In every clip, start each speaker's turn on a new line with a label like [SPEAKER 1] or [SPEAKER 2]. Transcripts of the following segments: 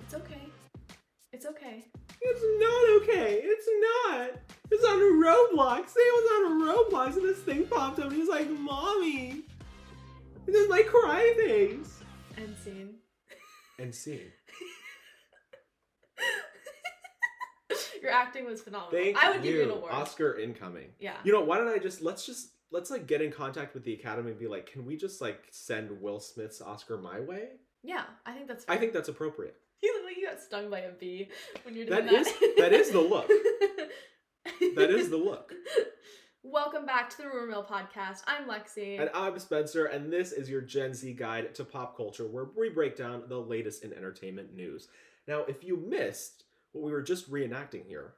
[SPEAKER 1] It's okay. It's okay.
[SPEAKER 2] It's not okay. It's not. It's on Roblox. Sam was on Roblox and this thing popped up and he's like, Mommy. And then like cry things.
[SPEAKER 1] And scene.
[SPEAKER 2] And scene.
[SPEAKER 1] Your acting was phenomenal.
[SPEAKER 2] Thank
[SPEAKER 1] Oh, I would
[SPEAKER 2] you.
[SPEAKER 1] give you an award.
[SPEAKER 2] Oscar incoming.
[SPEAKER 1] yeah.
[SPEAKER 2] You know, why don't I just let's just let's like get in contact with the Academy and be like, can we just like send Will Smith's Oscar my way?
[SPEAKER 1] Yeah. I think that's.
[SPEAKER 2] I
[SPEAKER 1] Fair.
[SPEAKER 2] think that's appropriate.
[SPEAKER 1] you look like you got stung by a bee when you're doing
[SPEAKER 2] That
[SPEAKER 1] that.
[SPEAKER 2] is that is the look. That is the look.
[SPEAKER 1] Welcome back to the Rumor Mill podcast. I'm Lexi.
[SPEAKER 2] And I'm Spencer, and this is your Gen Z guide to pop culture, where we break down the latest in entertainment news. Now, if you missed what we were just reenacting here,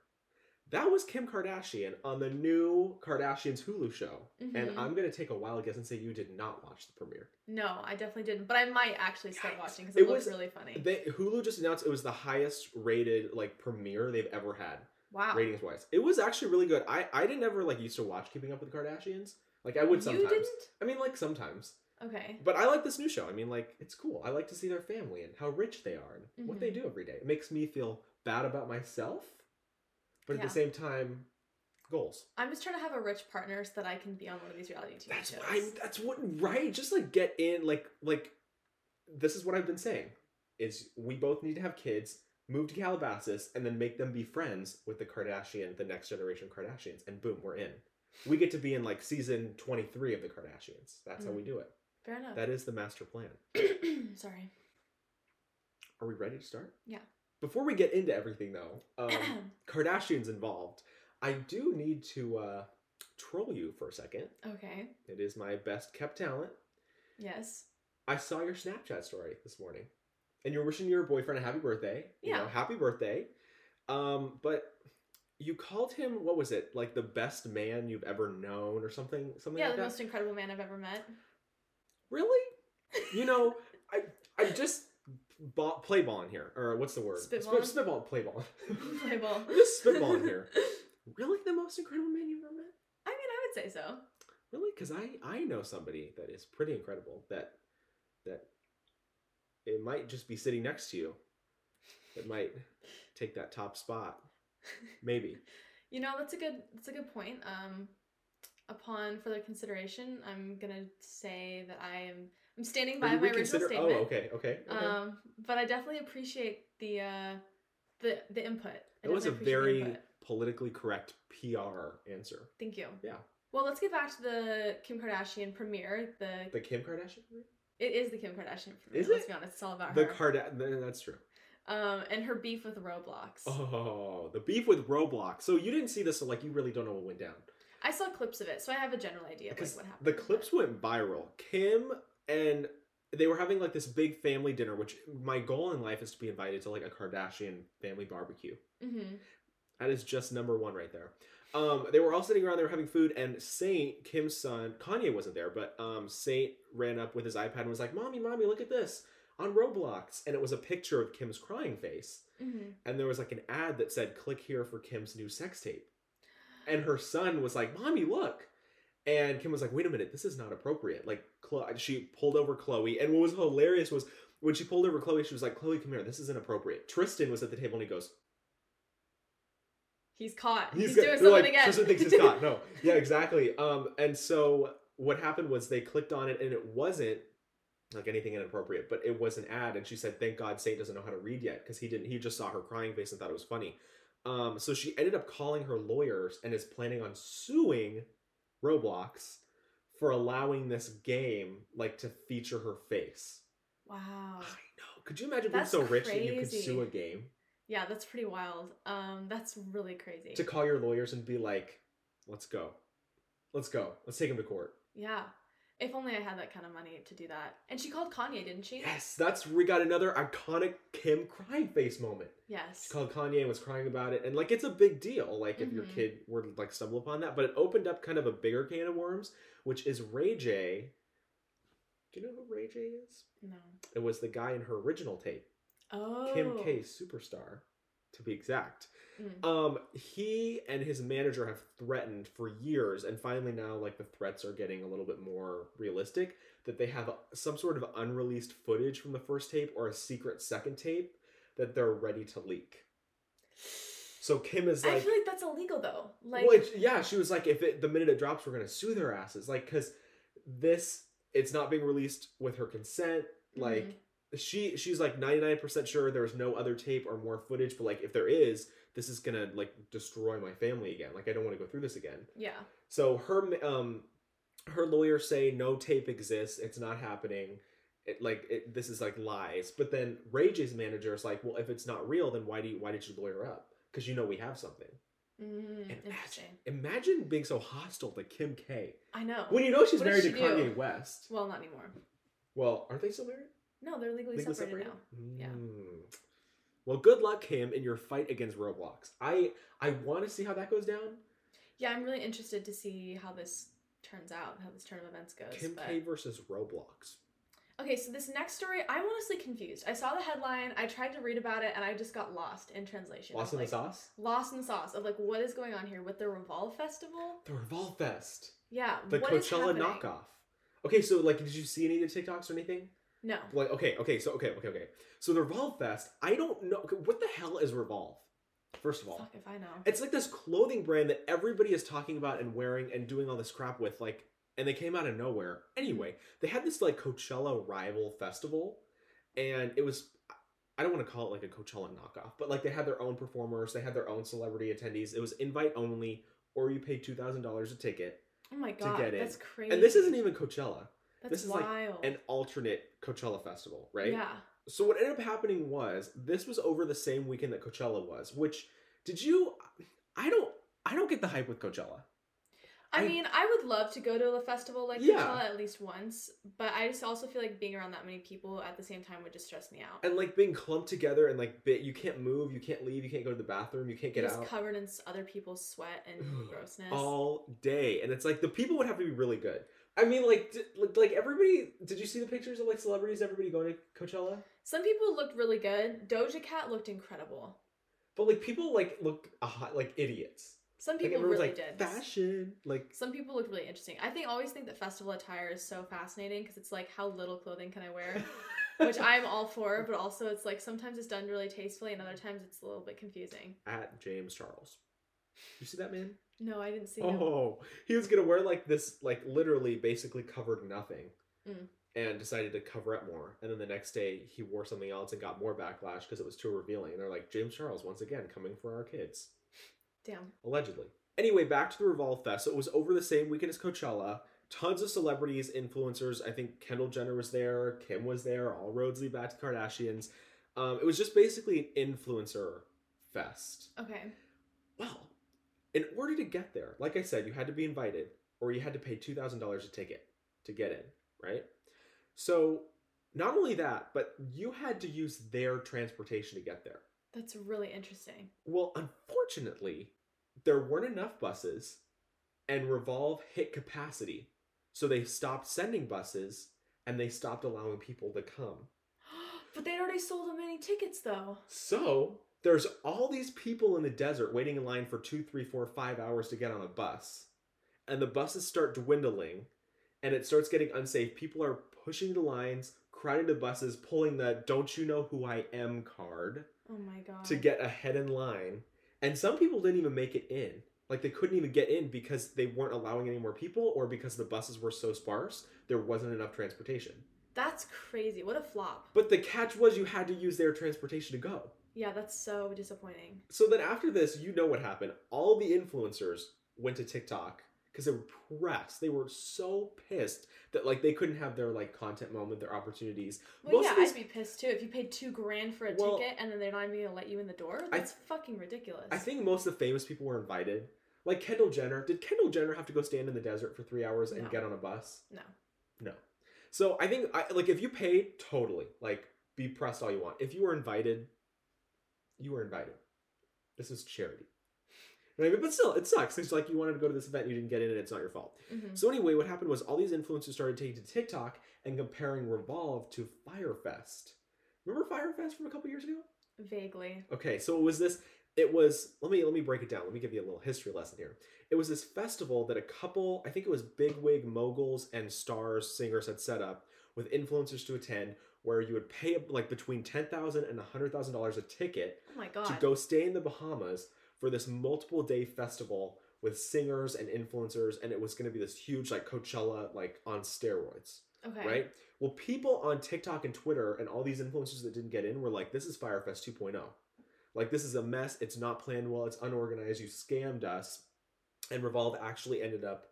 [SPEAKER 2] that was Kim Kardashian on the new Kardashians Hulu show.
[SPEAKER 1] Mhm.
[SPEAKER 2] And I'm going to take a wild guess and say you did not watch the premiere.
[SPEAKER 1] no, I definitely didn't, but I might actually start
[SPEAKER 2] Yikes.
[SPEAKER 1] watching because
[SPEAKER 2] It
[SPEAKER 1] it, looks
[SPEAKER 2] was-
[SPEAKER 1] really funny.
[SPEAKER 2] They, Hulu just announced it was the highest rated like premiere they've ever had,
[SPEAKER 1] wow.
[SPEAKER 2] ratings wise. It was actually really good. I, I didn't ever like used to watch Keeping Up with the Kardashians. Like I would sometimes.
[SPEAKER 1] You didn't?
[SPEAKER 2] I mean, like sometimes.
[SPEAKER 1] Okay.
[SPEAKER 2] But I like this new show. I mean, like, it's cool. I like to see their family and how rich they are and what they do every day. It makes me feel bad about myself, but at
[SPEAKER 1] Yeah.
[SPEAKER 2] the same time, goals.
[SPEAKER 1] I'm just trying to have a rich partner so that I can be on one of these reality TV
[SPEAKER 2] That's
[SPEAKER 1] shows.
[SPEAKER 2] what I'm, that's what right. Just like get in, like like this is what I've been saying. Is we both need to have kids, move to Calabasas, and then make them be friends with the Kardashian, the next generation Kardashians, and boom, we're in. We get to be in like season twenty three of the Kardashians. That's how
[SPEAKER 1] Mm.
[SPEAKER 2] we do it.
[SPEAKER 1] Fair enough.
[SPEAKER 2] That is the master plan.
[SPEAKER 1] Sorry.
[SPEAKER 2] Are we ready to start?
[SPEAKER 1] Yeah.
[SPEAKER 2] Before we get into everything, though, um, Kardashians involved, I do need to uh, troll you for a second.
[SPEAKER 1] okay.
[SPEAKER 2] It is my best kept talent.
[SPEAKER 1] Yes.
[SPEAKER 2] I saw your Snapchat story this morning, and you're wishing your boyfriend a happy birthday. You know,
[SPEAKER 1] Yeah.
[SPEAKER 2] happy birthday. Um, but you called him what was it like the best man you've ever known or something something
[SPEAKER 1] Yeah,
[SPEAKER 2] like
[SPEAKER 1] the
[SPEAKER 2] that
[SPEAKER 1] most incredible man I've ever met.
[SPEAKER 2] really you know i i just ball, play balling here or what's the word
[SPEAKER 1] Spitballing?
[SPEAKER 2] Spit, spitball play ball
[SPEAKER 1] Playable.
[SPEAKER 2] just spitballing here. Really, the most incredible man you've ever met?
[SPEAKER 1] I mean, I would say so.
[SPEAKER 2] Really? Because I I know somebody that is pretty incredible. That that it might just be sitting next to you. That might take that top spot. Maybe.
[SPEAKER 1] You know, that's a good that's a good point. Um, upon further consideration, I'm gonna say that I am I'm standing by
[SPEAKER 2] Are you
[SPEAKER 1] my original
[SPEAKER 2] reconsider-
[SPEAKER 1] statement.
[SPEAKER 2] Oh, okay, okay. okay.
[SPEAKER 1] Um, but I definitely appreciate the uh, the the input. I
[SPEAKER 2] that was
[SPEAKER 1] definitely
[SPEAKER 2] a
[SPEAKER 1] appreciate the
[SPEAKER 2] very
[SPEAKER 1] input.
[SPEAKER 2] politically correct PR answer.
[SPEAKER 1] Thank you.
[SPEAKER 2] Yeah.
[SPEAKER 1] Well, let's get back to the Kim Kardashian premiere. The,
[SPEAKER 2] The Kim Kardashian. premiere?
[SPEAKER 1] it is the Kim Kardashian premiere.
[SPEAKER 2] Is
[SPEAKER 1] let's
[SPEAKER 2] it?
[SPEAKER 1] be honest, it's all about
[SPEAKER 2] The
[SPEAKER 1] Uh, her.
[SPEAKER 2] Card. That's true.
[SPEAKER 1] um, and her beef with Roblox.
[SPEAKER 2] Oh, the beef with Roblox. So you didn't see this, so like you really don't know what went down.
[SPEAKER 1] I saw clips of it, so I have a general idea of like,
[SPEAKER 2] Because
[SPEAKER 1] what happened.
[SPEAKER 2] the clips went viral. Kim and they were having like this big family dinner, which my goal in life is to be invited to like a Kardashian family barbecue.
[SPEAKER 1] Mm-hmm.
[SPEAKER 2] That is just number one right there. Um, they were all sitting around, they were having food, and Saint, Kim's son, Kanye wasn't there, but um, Saint ran up with his iPad and was like, Mommy, Mommy, look at this on Roblox. And it was a picture of Kim's crying face.
[SPEAKER 1] Mm-hmm.
[SPEAKER 2] And there was like an ad that said, Click here for Kim's new sex tape and her son was like, "Mommy, look." And Kim was like, "Wait a minute, this is not appropriate." Like, Chlo- she pulled over Chloe, and what was hilarious was when she pulled over Chloe, she was like, "Chloe, come here. This is inappropriate." Tristan was at the table, and he goes,
[SPEAKER 1] He's caught. He's,
[SPEAKER 2] good."
[SPEAKER 1] doing
[SPEAKER 2] They're
[SPEAKER 1] something
[SPEAKER 2] like,
[SPEAKER 1] again.
[SPEAKER 2] Tristan thinks he's caught. No, yeah, exactly. Um, and so what happened was they clicked on it, and it wasn't like anything inappropriate, but it was an ad, and she said, "Thank God, Saint doesn't know how to read yet because he didn't. He just saw her crying face and thought it was funny." Um, so she ended up calling her lawyers and is planning on suing Roblox for allowing this game like to feature her face.
[SPEAKER 1] wow.
[SPEAKER 2] I know. Could you imagine
[SPEAKER 1] That's
[SPEAKER 2] being so rich that you could
[SPEAKER 1] crazy.
[SPEAKER 2] sue a game?
[SPEAKER 1] Yeah, that's pretty wild. Um, that's really crazy.
[SPEAKER 2] To call your lawyers and be like, "Let's go, let's go, let's take him to court."
[SPEAKER 1] Yeah. If only I had that kind of money to do that. And she called Kanye, didn't she?
[SPEAKER 2] Yes, that's we got another iconic Kim crying face moment.
[SPEAKER 1] Yes.
[SPEAKER 2] It's called Kanye and was crying about it, and like it's a big deal. Like if your
[SPEAKER 1] Mhm.
[SPEAKER 2] kid were to like stumble upon that, but it opened up kind of a bigger can of worms, which is Ray J. Do you know who Ray J is?
[SPEAKER 1] No.
[SPEAKER 2] It was the guy in her original tape,
[SPEAKER 1] Oh.
[SPEAKER 2] Kim K, superstar, to be exact.
[SPEAKER 1] Mm.
[SPEAKER 2] Um, he and his manager have threatened for years, and finally now, like the threats are getting a little bit more realistic. That they have some sort of unreleased footage from the first tape or a secret second tape that they're ready to leak. So Kim is
[SPEAKER 1] Oh. I
[SPEAKER 2] like,
[SPEAKER 1] feel like that's illegal though. Like
[SPEAKER 2] well, it's- yeah, she was like, if it the minute it drops, we're gonna sue their asses, like, cause this it's not being released with her consent. Like
[SPEAKER 1] Mhm.
[SPEAKER 2] she she's like ninety nine percent sure there's no other tape or more footage, but like if there is, this is gonna like destroy my family again. Like I don't want to go through this again.
[SPEAKER 1] yeah.
[SPEAKER 2] So her um her lawyers say no tape exists. It's not happening. It, like it, this is like lies. But then Ray J's manager is like, well, if it's not real, then why do you, why did you lawyer up? Because you know we have something.
[SPEAKER 1] Mm,
[SPEAKER 2] Imagine.
[SPEAKER 1] interesting.
[SPEAKER 2] Imagine being so hostile to Kim K
[SPEAKER 1] I know.
[SPEAKER 2] when you know she's
[SPEAKER 1] What
[SPEAKER 2] married
[SPEAKER 1] does
[SPEAKER 2] to
[SPEAKER 1] she do?
[SPEAKER 2] Kanye West.
[SPEAKER 1] well, not anymore.
[SPEAKER 2] Well, aren't they still married?
[SPEAKER 1] No, they're legally,
[SPEAKER 2] Legally
[SPEAKER 1] separated, Yeah.
[SPEAKER 2] Mm. Well, good luck, Kim, in your fight against Roblox. I I want to see how that goes down.
[SPEAKER 1] now. Yeah, I'm really interested to see how this turns out, how this turn of events goes.
[SPEAKER 2] Kim
[SPEAKER 1] but-
[SPEAKER 2] K versus Roblox.
[SPEAKER 1] Okay, so this next story, I'm honestly confused. I saw the headline, I tried to read about it, and I just got lost in translation.
[SPEAKER 2] Lost in
[SPEAKER 1] I'm
[SPEAKER 2] the
[SPEAKER 1] like,
[SPEAKER 2] sauce.
[SPEAKER 1] Lost in the sauce of like, what is going on here with the Revolve Festival?
[SPEAKER 2] The Revolve Fest.
[SPEAKER 1] Yeah,
[SPEAKER 2] The
[SPEAKER 1] Um, what is
[SPEAKER 2] Coachella
[SPEAKER 1] happening?
[SPEAKER 2] knockoff. Okay, so like, did you see any of the TikToks or anything?
[SPEAKER 1] No,
[SPEAKER 2] Like, okay, okay, so okay, okay, okay. So the Revolve Fest. I don't know okay, what the hell is Revolve. First of all,
[SPEAKER 1] fuck if I know.
[SPEAKER 2] it's like this clothing brand that everybody is talking about and wearing and doing all this crap with. Like, and they came out of nowhere. Anyway, they had this like Coachella rival festival, and it was. I don't want to call it like a Coachella knockoff, but like they had their own performers, they had their own celebrity attendees. It was invite only, or you pay two thousand dollars a ticket.
[SPEAKER 1] oh my god,
[SPEAKER 2] get in.
[SPEAKER 1] that's crazy.
[SPEAKER 2] And this isn't even Coachella,
[SPEAKER 1] That's
[SPEAKER 2] this is, like,
[SPEAKER 1] wild.
[SPEAKER 2] an alternate Coachella festival, right?
[SPEAKER 1] Yeah.
[SPEAKER 2] So what ended up happening was this was over the same weekend that Coachella was, which did you I don't I don't get the hype with Coachella.
[SPEAKER 1] I,
[SPEAKER 2] I-
[SPEAKER 1] mean, I would love to go to a festival like
[SPEAKER 2] Yeah.
[SPEAKER 1] Coachella at least once, but I just also feel like being around that many people at the same time would just stress me out.
[SPEAKER 2] And like being clumped together and like bit you can't move, you can't leave, you can't go to the bathroom, you can't get
[SPEAKER 1] You're just
[SPEAKER 2] out
[SPEAKER 1] covered in s- other people's sweat and grossness.
[SPEAKER 2] all day. And it's like the people would have to be really good. I mean like d- like- like everybody did you see the pictures of like celebrities everybody going to Coachella?
[SPEAKER 1] Some people looked really good. Doja Cat looked incredible.
[SPEAKER 2] But like people like looked uh, like idiots.
[SPEAKER 1] Some
[SPEAKER 2] Like
[SPEAKER 1] people
[SPEAKER 2] everyone's
[SPEAKER 1] really did.
[SPEAKER 2] like fashion like
[SPEAKER 1] Some people looked really interesting. I think always think that festival attire is so fascinating because it's like how little clothing can I wear, which I'm all for, but also it's like sometimes it's done really tastefully and other times it's a little bit confusing.
[SPEAKER 2] at James Charles. You see that man?
[SPEAKER 1] No, I didn't see him.
[SPEAKER 2] Oh, he was gonna wear like this, like literally, basically covered nothing,
[SPEAKER 1] Mm.
[SPEAKER 2] and decided to cover up more. And then the next day, he wore something else and got more backlash because it was too revealing. And they're like, James Charles once again coming for our kids,
[SPEAKER 1] Damn.
[SPEAKER 2] allegedly. Anyway, back to the Revolve Fest. So it was over the same weekend as Coachella. Tons of celebrities, influencers. I think Kendall Jenner was there, Kim was there, all roads lead back to Kardashians. Um, it was just basically an influencer fest.
[SPEAKER 1] Okay.
[SPEAKER 2] Well, in order to get there, like I said, you had to be invited or you had to pay $2,000 a ticket to get in, right? So, not only that, but you had to use their transportation to get there.
[SPEAKER 1] That's really interesting.
[SPEAKER 2] Well, unfortunately, there weren't enough buses and Revolve hit capacity. So they stopped sending buses and they stopped allowing people to come.
[SPEAKER 1] but they'd already sold them many tickets though.
[SPEAKER 2] So there's all these people in the desert waiting in line for two, three, four, five hours to get on a bus. And the buses start dwindling and it starts getting unsafe. People are pushing the lines, crowding the buses, pulling the don't you know who I am card
[SPEAKER 1] Oh my god.
[SPEAKER 2] to get ahead in line. And some people didn't even make it in. Like they couldn't even get in because they weren't allowing any more people or because the buses were so sparse, there wasn't enough transportation.
[SPEAKER 1] That's crazy. What a flop.
[SPEAKER 2] But the catch was you had to use their transportation to go.
[SPEAKER 1] Yeah, that's so disappointing.
[SPEAKER 2] So then after this, you know what happened. All the influencers went to TikTok because they were pressed. They were so pissed that like they couldn't have their like content moment, their opportunities.
[SPEAKER 1] Well,
[SPEAKER 2] Most
[SPEAKER 1] yeah,
[SPEAKER 2] of these-
[SPEAKER 1] I'd be pissed too if you paid two grand for a
[SPEAKER 2] Well-
[SPEAKER 1] ticket and then they're not even gonna let you in the door.
[SPEAKER 2] I-
[SPEAKER 1] That's fucking ridiculous.
[SPEAKER 2] I think most of the famous people were invited. Like Kendall Jenner. Did Kendall Jenner have to go stand in the desert for three hours and
[SPEAKER 1] No.
[SPEAKER 2] get on a bus?
[SPEAKER 1] No.
[SPEAKER 2] No. So I think I like if you paid, totally. Like be pressed all you want. If you were invited, you were invited. This is charity. Right? But still, it sucks. It's like you wanted to go to this event, you didn't get in, and it's not your fault.
[SPEAKER 1] Mhm.
[SPEAKER 2] So anyway, what happened was all these influencers started taking to TikTok and comparing Revolve to Firefest. Remember Firefest from a couple years ago?
[SPEAKER 1] Vaguely.
[SPEAKER 2] Okay, so it was this. It was let me let me break it down. Let me give you a little history lesson here. It was this festival that a couple, I think it was bigwig moguls and stars, singers had set up with influencers to attend, where you would pay like between ten thousand and a hundred thousand dollars a ticket
[SPEAKER 1] Oh my god.
[SPEAKER 2] to go stay in the Bahamas for this multiple day festival with singers and influencers, and it was going to be this huge like Coachella like on steroids,
[SPEAKER 1] okay.
[SPEAKER 2] right? Well, people on TikTok and Twitter and all these influencers that didn't get in were like, "This is Firefest 2.0, like this is a mess. It's not planned well. It's unorganized. You scammed us." And Revolve actually ended up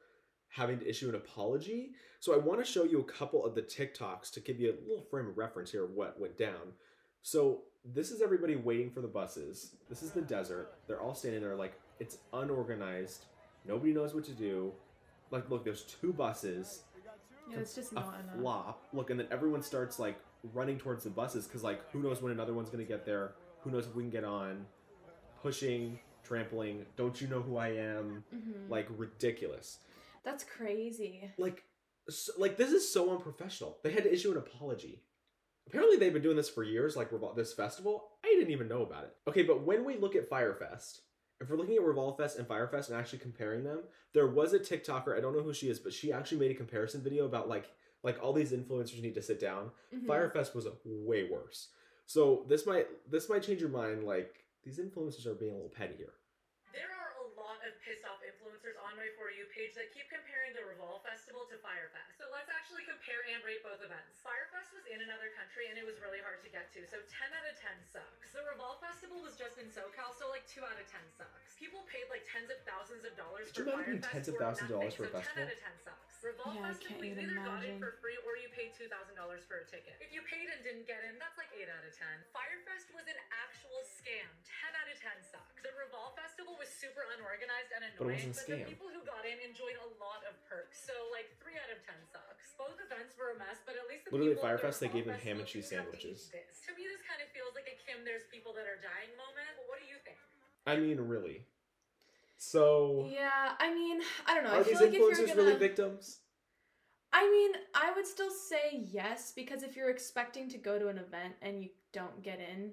[SPEAKER 2] having to issue an apology. So I want to show you a couple of the TikToks to give you a little frame of reference here of what went down. So this is everybody waiting for the buses. This is the desert. They're all standing there like it's unorganized. Nobody knows what to do. Like, look, there's two buses
[SPEAKER 1] Yeah, it's just
[SPEAKER 2] a
[SPEAKER 1] not enough.
[SPEAKER 2] flop. Look, and then everyone starts like running towards the buses because like who knows when another one's gonna get there? Who knows if we can get on? Pushing, trampling. Don't you know who I am?
[SPEAKER 1] Mhm.
[SPEAKER 2] Like ridiculous.
[SPEAKER 1] That's crazy.
[SPEAKER 2] Like, so, like this is so unprofessional. They had to issue an apology. Apparently, they've been doing this for years. Like Revol- this festival, I didn't even know about it. Okay, but when we look at Firefest, if we're looking at Revolve Fest and Firefest and actually comparing them, there was a TikToker. I don't know who she is, but she actually made a comparison video about like like all these influencers need to sit down.
[SPEAKER 1] Mhm.
[SPEAKER 2] Firefest was way worse. So this might this might change your mind. Like these influencers are being a little petty here.
[SPEAKER 3] There are a lot of pissed off influencers on my For You page that keep comparing the Revolve Festival to Firefest. So let's actually compare and rate both events. Firefest was in another country and it was really hard to get to, so 10 out of 10 sucks. The Revolve Festival was just in SoCal, so like 2 out of 10 sucks. People paid like tens of thousands of dollars
[SPEAKER 2] Could
[SPEAKER 3] for
[SPEAKER 2] you imagine paying
[SPEAKER 3] Firefest
[SPEAKER 2] tens of
[SPEAKER 3] or
[SPEAKER 2] thousands of dollars for
[SPEAKER 3] nothing,
[SPEAKER 2] a
[SPEAKER 3] so 10 out of 10 sucks. Revolve
[SPEAKER 1] Yeah, I can't
[SPEAKER 3] Festival, you
[SPEAKER 1] even
[SPEAKER 3] either got it
[SPEAKER 1] imagine.
[SPEAKER 3] for free or you paid $2,000 for a ticket. If you paid and didn't get in, that's like 8 out of 10. Firefest was an actual scam. 10 out of 10 sucks. The Revolve Festival was super unorganized and
[SPEAKER 2] But it wasn't
[SPEAKER 3] annoying,
[SPEAKER 2] a scam.
[SPEAKER 3] the people who got in enjoyed a lot of perks. So, like, 3 out of 10 sucks. Both events were a mess, but at least the
[SPEAKER 2] Literally at
[SPEAKER 3] people at the
[SPEAKER 2] Firefest, they gave them
[SPEAKER 3] Revolve
[SPEAKER 2] ham and
[SPEAKER 3] Festival
[SPEAKER 2] cheese
[SPEAKER 3] didn't have to eat
[SPEAKER 2] sandwiches.
[SPEAKER 3] this. To me, this kind of feels like a Kim, there's people that are dying moment. What do you think?
[SPEAKER 2] I mean, really. So
[SPEAKER 1] Yeah, I mean, I don't know. I
[SPEAKER 2] are
[SPEAKER 1] feel
[SPEAKER 2] these
[SPEAKER 1] like if you're
[SPEAKER 2] influencers
[SPEAKER 1] gonna,
[SPEAKER 2] really victims?
[SPEAKER 1] I mean, I would still say yes because if you're expecting to go to an event and you don't get in,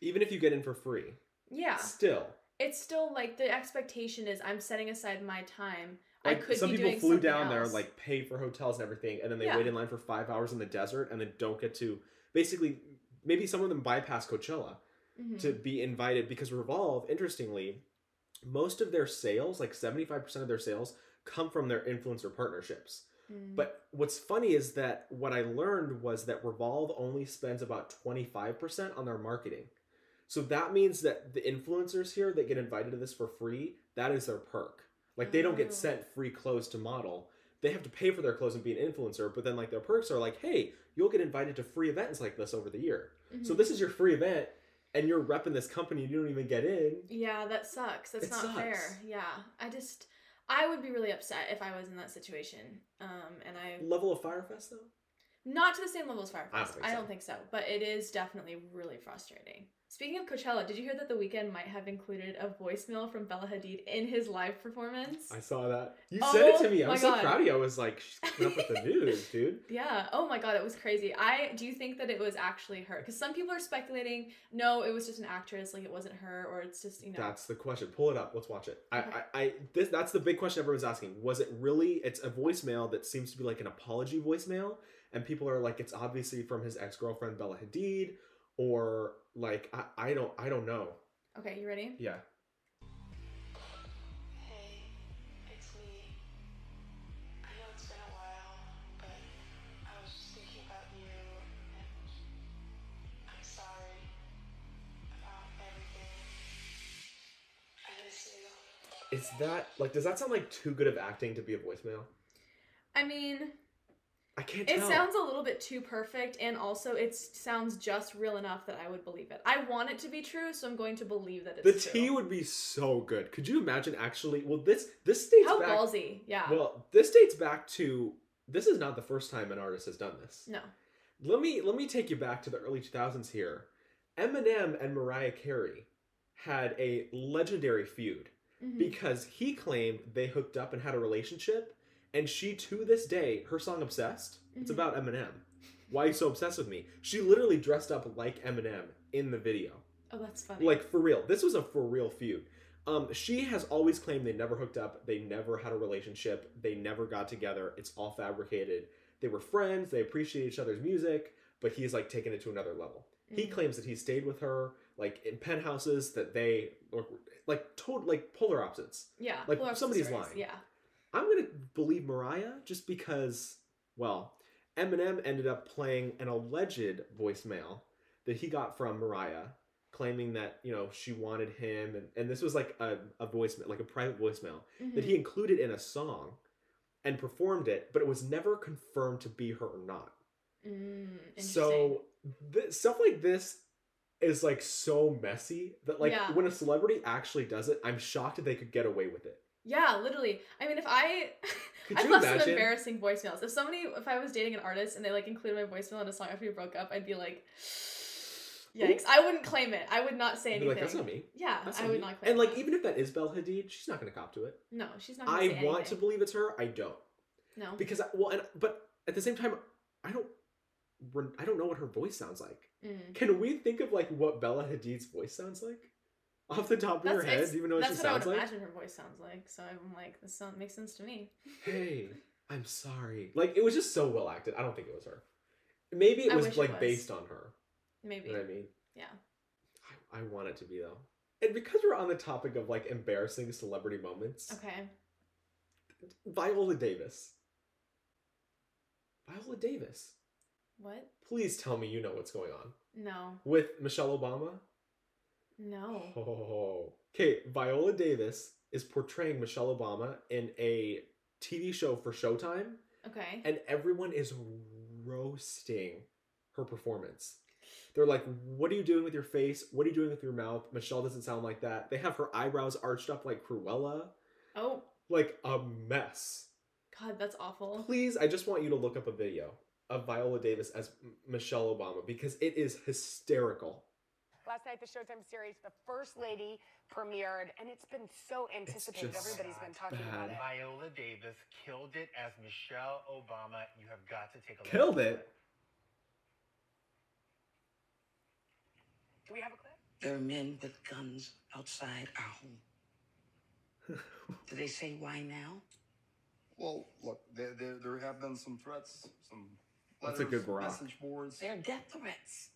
[SPEAKER 2] Even if you get in for free,
[SPEAKER 1] yeah,
[SPEAKER 2] still.
[SPEAKER 1] it's still like the expectation is I'm setting aside my time.
[SPEAKER 2] Like
[SPEAKER 1] I could
[SPEAKER 2] some
[SPEAKER 1] be
[SPEAKER 2] people
[SPEAKER 1] doing
[SPEAKER 2] flew
[SPEAKER 1] something
[SPEAKER 2] down there,
[SPEAKER 1] else.
[SPEAKER 2] like paid for hotels and everything, and then they
[SPEAKER 1] Yeah.
[SPEAKER 2] wait in line for five hours in the desert, and then don't get to basically maybe some of them bypass Coachella.
[SPEAKER 1] Mhm.
[SPEAKER 2] to be invited because Revolve, interestingly, most of their sales, like 75% of their sales, come from their influencer partnerships.
[SPEAKER 1] Mm.
[SPEAKER 2] But what's funny is that what I learned was that Revolve only spends about 25% on their marketing. So that means that the influencers here that get invited to this for free, that is their perk. Like they don't
[SPEAKER 1] Oh.
[SPEAKER 2] get sent free clothes to model. They have to pay for their clothes and be an influencer, but then like their perks are like, hey, you'll get invited to free events like this over the year. So
[SPEAKER 1] Mhm.
[SPEAKER 2] this is your free event, and you're repping this company. and You don't even get in.
[SPEAKER 1] yeah, that sucks. That's
[SPEAKER 2] It
[SPEAKER 1] not fair.
[SPEAKER 2] sucks.
[SPEAKER 1] Yeah, I just I would be really upset if I was in that situation. Um, and I
[SPEAKER 2] Level of Firefest though.
[SPEAKER 1] Not to the same level as Firefest.
[SPEAKER 2] I
[SPEAKER 1] I
[SPEAKER 2] don't
[SPEAKER 1] don't
[SPEAKER 2] think
[SPEAKER 1] think,
[SPEAKER 2] so.
[SPEAKER 1] so, but it is definitely really frustrating. Speaking of Coachella, did you hear that The Weeknd might have included a voicemail from Bella Hadid in his live performance?
[SPEAKER 2] I saw that. You said it
[SPEAKER 1] Oh
[SPEAKER 2] to me. I
[SPEAKER 1] my
[SPEAKER 2] was so
[SPEAKER 1] God.
[SPEAKER 2] proud of you. I was like, she's keeping up with the news, dude.
[SPEAKER 1] Yeah. Oh my god, it was crazy. I do you think that it was actually her? Because some people are speculating, no, it was just an actress, like it wasn't her, or it's just you know.
[SPEAKER 2] That's the question. Pull it up. Let's watch it. I,
[SPEAKER 1] Okay.
[SPEAKER 2] I, I this, that's the big question everyone's asking. Was it really? It's a voicemail that seems to be like an apology voicemail, and people are like, it's obviously from his ex girlfriend Bella Hadid, or like, I, I don't, I don't know.
[SPEAKER 1] Okay, you ready?
[SPEAKER 2] Yeah.
[SPEAKER 4] Hey, it's me. I know it's been a while, but I was just thinking about you, and I'm sorry about everything. I miss you.
[SPEAKER 2] Is that like? Does that sound like too good of acting to be a voicemail?
[SPEAKER 1] I mean,
[SPEAKER 2] I can't.
[SPEAKER 1] it
[SPEAKER 2] tell.
[SPEAKER 1] sounds a little bit too perfect, and also it sounds just real enough that I would believe it. I want it to be true, so I'm going to believe that it's
[SPEAKER 2] The
[SPEAKER 1] true.
[SPEAKER 2] tea would be so good. Could you imagine actually? Well, this this dates
[SPEAKER 1] How
[SPEAKER 2] back.
[SPEAKER 1] ballsy, yeah.
[SPEAKER 2] Well, this dates back to. This is not the first time an artist has done this.
[SPEAKER 1] no.
[SPEAKER 2] Let me let me take you back to the early 2000s here. Eminem and Mariah Carey had a legendary feud
[SPEAKER 1] Mhm.
[SPEAKER 2] because he claimed they hooked up and had a relationship, and she to this day her song "Obsessed" it's
[SPEAKER 1] Mhm.
[SPEAKER 2] about Eminem. Why are you so obsessed with me? She literally dressed up like Eminem in the video.
[SPEAKER 1] Oh, that's funny.
[SPEAKER 2] Like for real, this was a for real feud. Um, she has always claimed they never hooked up, they never had a relationship, they never got together. It's all fabricated. They were friends, they appreciated each other's music, but he's like taken it to another level. He
[SPEAKER 1] Mhm.
[SPEAKER 2] claims that he stayed with her like in penthouses that they or, like total like polar opposites.
[SPEAKER 1] Yeah.
[SPEAKER 2] Like,
[SPEAKER 1] pull up the
[SPEAKER 2] somebody's
[SPEAKER 1] stories.
[SPEAKER 2] lying.
[SPEAKER 1] Yeah.
[SPEAKER 2] I'm gonna believe Mariah just because, well, Eminem ended up playing an alleged voicemail that he got from Mariah, claiming that you know she wanted him, and, and this was like a, a voicemail, like a private voicemail that
[SPEAKER 1] Mhm.
[SPEAKER 2] he included in a song, and performed it, but it was never confirmed to be her or not.
[SPEAKER 1] Mm,
[SPEAKER 2] So th- stuff like this is like so messy that like
[SPEAKER 1] Yeah.
[SPEAKER 2] when a celebrity actually does it, I'm shocked that they could get away with it.
[SPEAKER 1] yeah, literally. I mean, if I,
[SPEAKER 2] Could
[SPEAKER 1] I've
[SPEAKER 2] you
[SPEAKER 1] left some
[SPEAKER 2] imagine?
[SPEAKER 1] embarrassing voicemails. If somebody, if I was dating an artist and they like included my voicemail in a song after we broke up, I'd be like, yikes! I wouldn't claim it. I would not say
[SPEAKER 2] They'd
[SPEAKER 1] anything.
[SPEAKER 2] be like, that's not me.
[SPEAKER 1] yeah,
[SPEAKER 2] That's
[SPEAKER 1] I
[SPEAKER 2] not
[SPEAKER 1] would
[SPEAKER 2] me."
[SPEAKER 1] not claim.
[SPEAKER 2] And like
[SPEAKER 1] that.
[SPEAKER 2] even if that is Belle Hadid, she's not gonna cop to it.
[SPEAKER 1] no, she's not. Gonna
[SPEAKER 2] I
[SPEAKER 1] say
[SPEAKER 2] want to
[SPEAKER 1] anything.
[SPEAKER 2] believe it's her. I don't
[SPEAKER 1] No.
[SPEAKER 2] because I, well, and but at the same time, I don't. re- I don't know what her voice sounds like.
[SPEAKER 1] Mm.
[SPEAKER 2] Can we think of like what Bella Hadid's voice sounds like off the top of your
[SPEAKER 1] That's,
[SPEAKER 2] head?
[SPEAKER 1] it's-
[SPEAKER 2] Do you even know what she
[SPEAKER 1] that's what I would
[SPEAKER 2] sounds like?
[SPEAKER 1] imagine her voice sounds like. So I'm like, this sound makes sense to me.
[SPEAKER 2] hey, I'm sorry. Like it was just so well acted. I don't think it was her. Maybe it
[SPEAKER 1] I
[SPEAKER 2] was
[SPEAKER 1] wish it
[SPEAKER 2] like
[SPEAKER 1] was.
[SPEAKER 2] based on her.
[SPEAKER 1] Maybe.
[SPEAKER 2] You know what I mean?
[SPEAKER 1] Yeah.
[SPEAKER 2] I, I want it to be though. And because we're on the topic of like embarrassing celebrity moments,
[SPEAKER 1] Okay.
[SPEAKER 2] Viola Davis. Viola Davis.
[SPEAKER 1] What?
[SPEAKER 2] Please tell me you know what's going on
[SPEAKER 1] No.
[SPEAKER 2] with Michelle Obama.
[SPEAKER 1] No.
[SPEAKER 2] Oh. Okay, Viola Davis is portraying Michelle Obama in a TV show for Showtime
[SPEAKER 1] Okay.
[SPEAKER 2] and everyone is roasting her performance. They're like, "What are you doing with your face? What are you doing with your mouth?" Michelle doesn't sound like that. They have her eyebrows arched up like Cruella,
[SPEAKER 1] Oh
[SPEAKER 2] like a mess.
[SPEAKER 1] God, that's awful.
[SPEAKER 2] Please, I just want you to look up a video of Viola Davis as M- Michelle Obama because it is hysterical.
[SPEAKER 5] Last night, the Showtime series, The First Lady, premiered, and it's been so anticipated.
[SPEAKER 2] just
[SPEAKER 5] Everybody's been talking about
[SPEAKER 2] bad.
[SPEAKER 5] it.
[SPEAKER 6] Viola Davis killed it as Michelle Obama. You have got to take a look.
[SPEAKER 2] Killed it.
[SPEAKER 5] Do we have a clip?
[SPEAKER 7] There are men with guns outside our home. Do they say why now?
[SPEAKER 8] Well, look, there, there, there have been some threats, some
[SPEAKER 2] That's a
[SPEAKER 8] letters,
[SPEAKER 2] good Barack.
[SPEAKER 8] message boards.
[SPEAKER 7] They're death threats.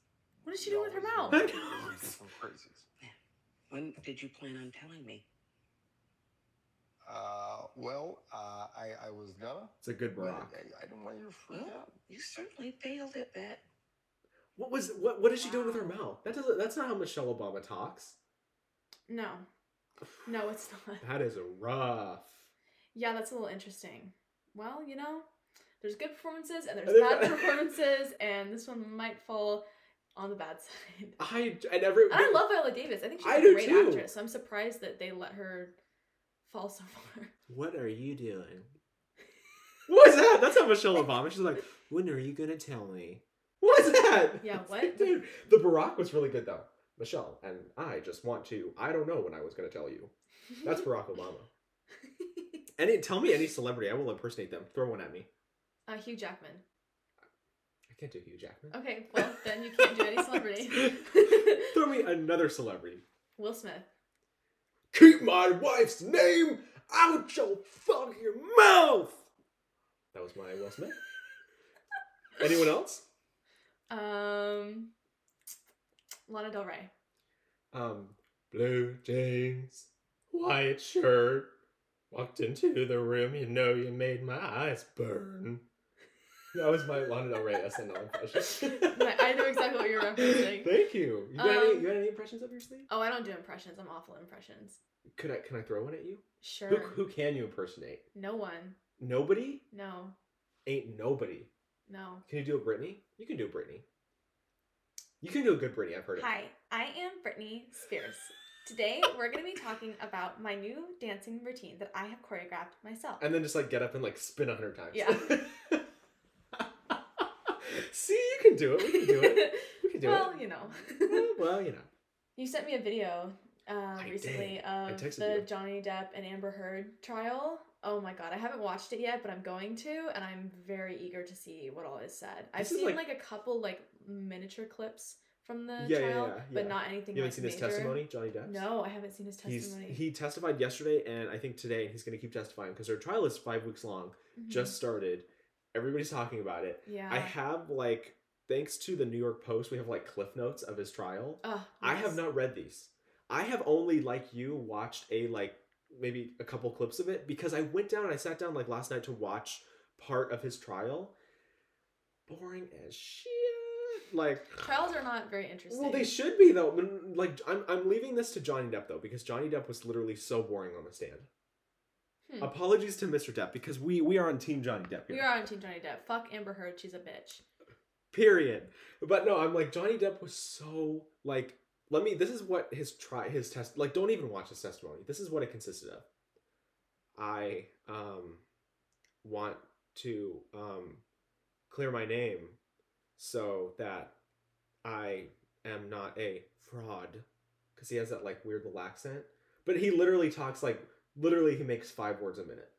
[SPEAKER 1] What is she doing with her mouth?
[SPEAKER 2] I
[SPEAKER 8] Always
[SPEAKER 2] know.
[SPEAKER 8] Some crazies.
[SPEAKER 7] When did you plan on telling me?
[SPEAKER 8] Uh, well, uh, I, I was gonna.
[SPEAKER 2] It's a good
[SPEAKER 8] but
[SPEAKER 2] Barack.
[SPEAKER 8] I, I didn't want you to freak
[SPEAKER 7] Well,
[SPEAKER 8] out.
[SPEAKER 7] you certainly failed at that.
[SPEAKER 2] What was what? What is she doing with her mouth? That doesn't. That's not how Michelle Obama talks.
[SPEAKER 1] No. No, it's not.
[SPEAKER 2] That is rough.
[SPEAKER 1] Yeah, that's a little interesting. Well, you know, there's good performances and there's
[SPEAKER 2] There's
[SPEAKER 1] bad
[SPEAKER 2] bad-
[SPEAKER 1] performances, and this one might fall on the bad side.
[SPEAKER 2] I and every.
[SPEAKER 1] And I love Viola Davis. I think she's
[SPEAKER 2] I
[SPEAKER 1] a
[SPEAKER 2] do
[SPEAKER 1] great
[SPEAKER 2] too.
[SPEAKER 1] actress. So I'm surprised that they let her fall so far.
[SPEAKER 2] What are you doing? What is that? That's not Michelle Obama. She's like, when are you gonna tell me? What is that?
[SPEAKER 1] Yeah, what?
[SPEAKER 2] Dude, the Barack was really good though. Michelle and I just want to. I don't know when I was gonna tell you. That's Barack Obama. And it, tell me any celebrity, I will impersonate them. Throw one at me.
[SPEAKER 1] uh, Hugh Jackman.
[SPEAKER 2] I can't do Hugh Jackman.
[SPEAKER 1] Okay, well then Oh, you can't do any celebrity.
[SPEAKER 2] Throw me another celebrity.
[SPEAKER 1] Will Smith.
[SPEAKER 2] Keep my wife's name out your fucking mouth. That was my Will Smith. Anyone else?
[SPEAKER 1] Um, Lana Del Rey.
[SPEAKER 2] Um, blue jeans, white shirt. Walked into the room, you know you made my eyes burn. That was my Lana Del Rey SNL impression.
[SPEAKER 1] My- I know exactly what you're referencing.
[SPEAKER 2] Thank you. You got, any,
[SPEAKER 1] Um,
[SPEAKER 2] you got any impressions up your sleeve?
[SPEAKER 1] Oh, I don't do impressions. I'm awful at impressions.
[SPEAKER 2] Could I? Can I throw one at you?
[SPEAKER 1] Sure.
[SPEAKER 2] Who, who can you impersonate?
[SPEAKER 1] No one.
[SPEAKER 2] Nobody.
[SPEAKER 1] No.
[SPEAKER 2] Ain't nobody.
[SPEAKER 1] No.
[SPEAKER 2] Can you do a Britney? You can do a Britney. You can do a good Britney. I've heard it.
[SPEAKER 1] Hi, I am Brittany Spears. Today we're going to be talking about my new dancing routine that I have choreographed myself.
[SPEAKER 2] And then just like get up and like spin a hundred times.
[SPEAKER 1] Yeah.
[SPEAKER 2] See, you can do it. We can do it. We can do
[SPEAKER 1] well,
[SPEAKER 2] it.
[SPEAKER 1] you know.
[SPEAKER 2] Well, well, you know.
[SPEAKER 1] you sent me a video uh,
[SPEAKER 2] I
[SPEAKER 1] recently
[SPEAKER 2] did. I
[SPEAKER 1] of
[SPEAKER 2] texted
[SPEAKER 1] the
[SPEAKER 2] you.
[SPEAKER 1] Johnny Depp and Amber Heard trial. Oh my god, I haven't watched it yet, but I'm going to, and I'm very eager to see what all is said. I've
[SPEAKER 2] This is
[SPEAKER 1] seen like,
[SPEAKER 2] like-
[SPEAKER 1] a couple like miniature clips from the
[SPEAKER 2] Yeah, yeah,
[SPEAKER 1] trial,
[SPEAKER 2] yeah,
[SPEAKER 1] but
[SPEAKER 2] yeah.
[SPEAKER 1] not anything.
[SPEAKER 2] You haven't
[SPEAKER 1] like,
[SPEAKER 2] seen his
[SPEAKER 1] major.
[SPEAKER 2] testimony, Johnny Depp?
[SPEAKER 1] No, I haven't seen his
[SPEAKER 2] He's
[SPEAKER 1] testimony.
[SPEAKER 2] he testified yesterday, and I think today he's going to keep testifying because their trial is five weeks long,
[SPEAKER 1] Mhm.
[SPEAKER 2] just started. Everybody's talking about it.
[SPEAKER 1] Mm-hmm. yeah.
[SPEAKER 2] I have like thanks to the New York Post, we have like cliff notes of his trial.
[SPEAKER 1] Oh,
[SPEAKER 2] I have not read these. I have only, like you, watched a like maybe a couple clips of it because I went down and I sat down like last night to watch part of his trial. Boring as shit. Like
[SPEAKER 1] Trials are not very interesting.
[SPEAKER 2] well, they should be though. When- Like I'm, I'm leaving this to Johnny Depp though because Johnny Depp was literally so boring on the stand.
[SPEAKER 1] Hmm.
[SPEAKER 2] Apologies to Mr. Depp because we we are on Team Johnny Depp here.
[SPEAKER 1] We are on Team Johnny Depp. Fuck Amber Heard. She's a bitch.
[SPEAKER 2] Period. But no, I'm like Johnny Depp was so like. Let me. This is what his try his test like. Don't even watch his testimony. This is what it consisted of. I um want to um clear my name so that I am not a fraud because he has that like weird little accent. But he literally talks like literally he makes five words a minute,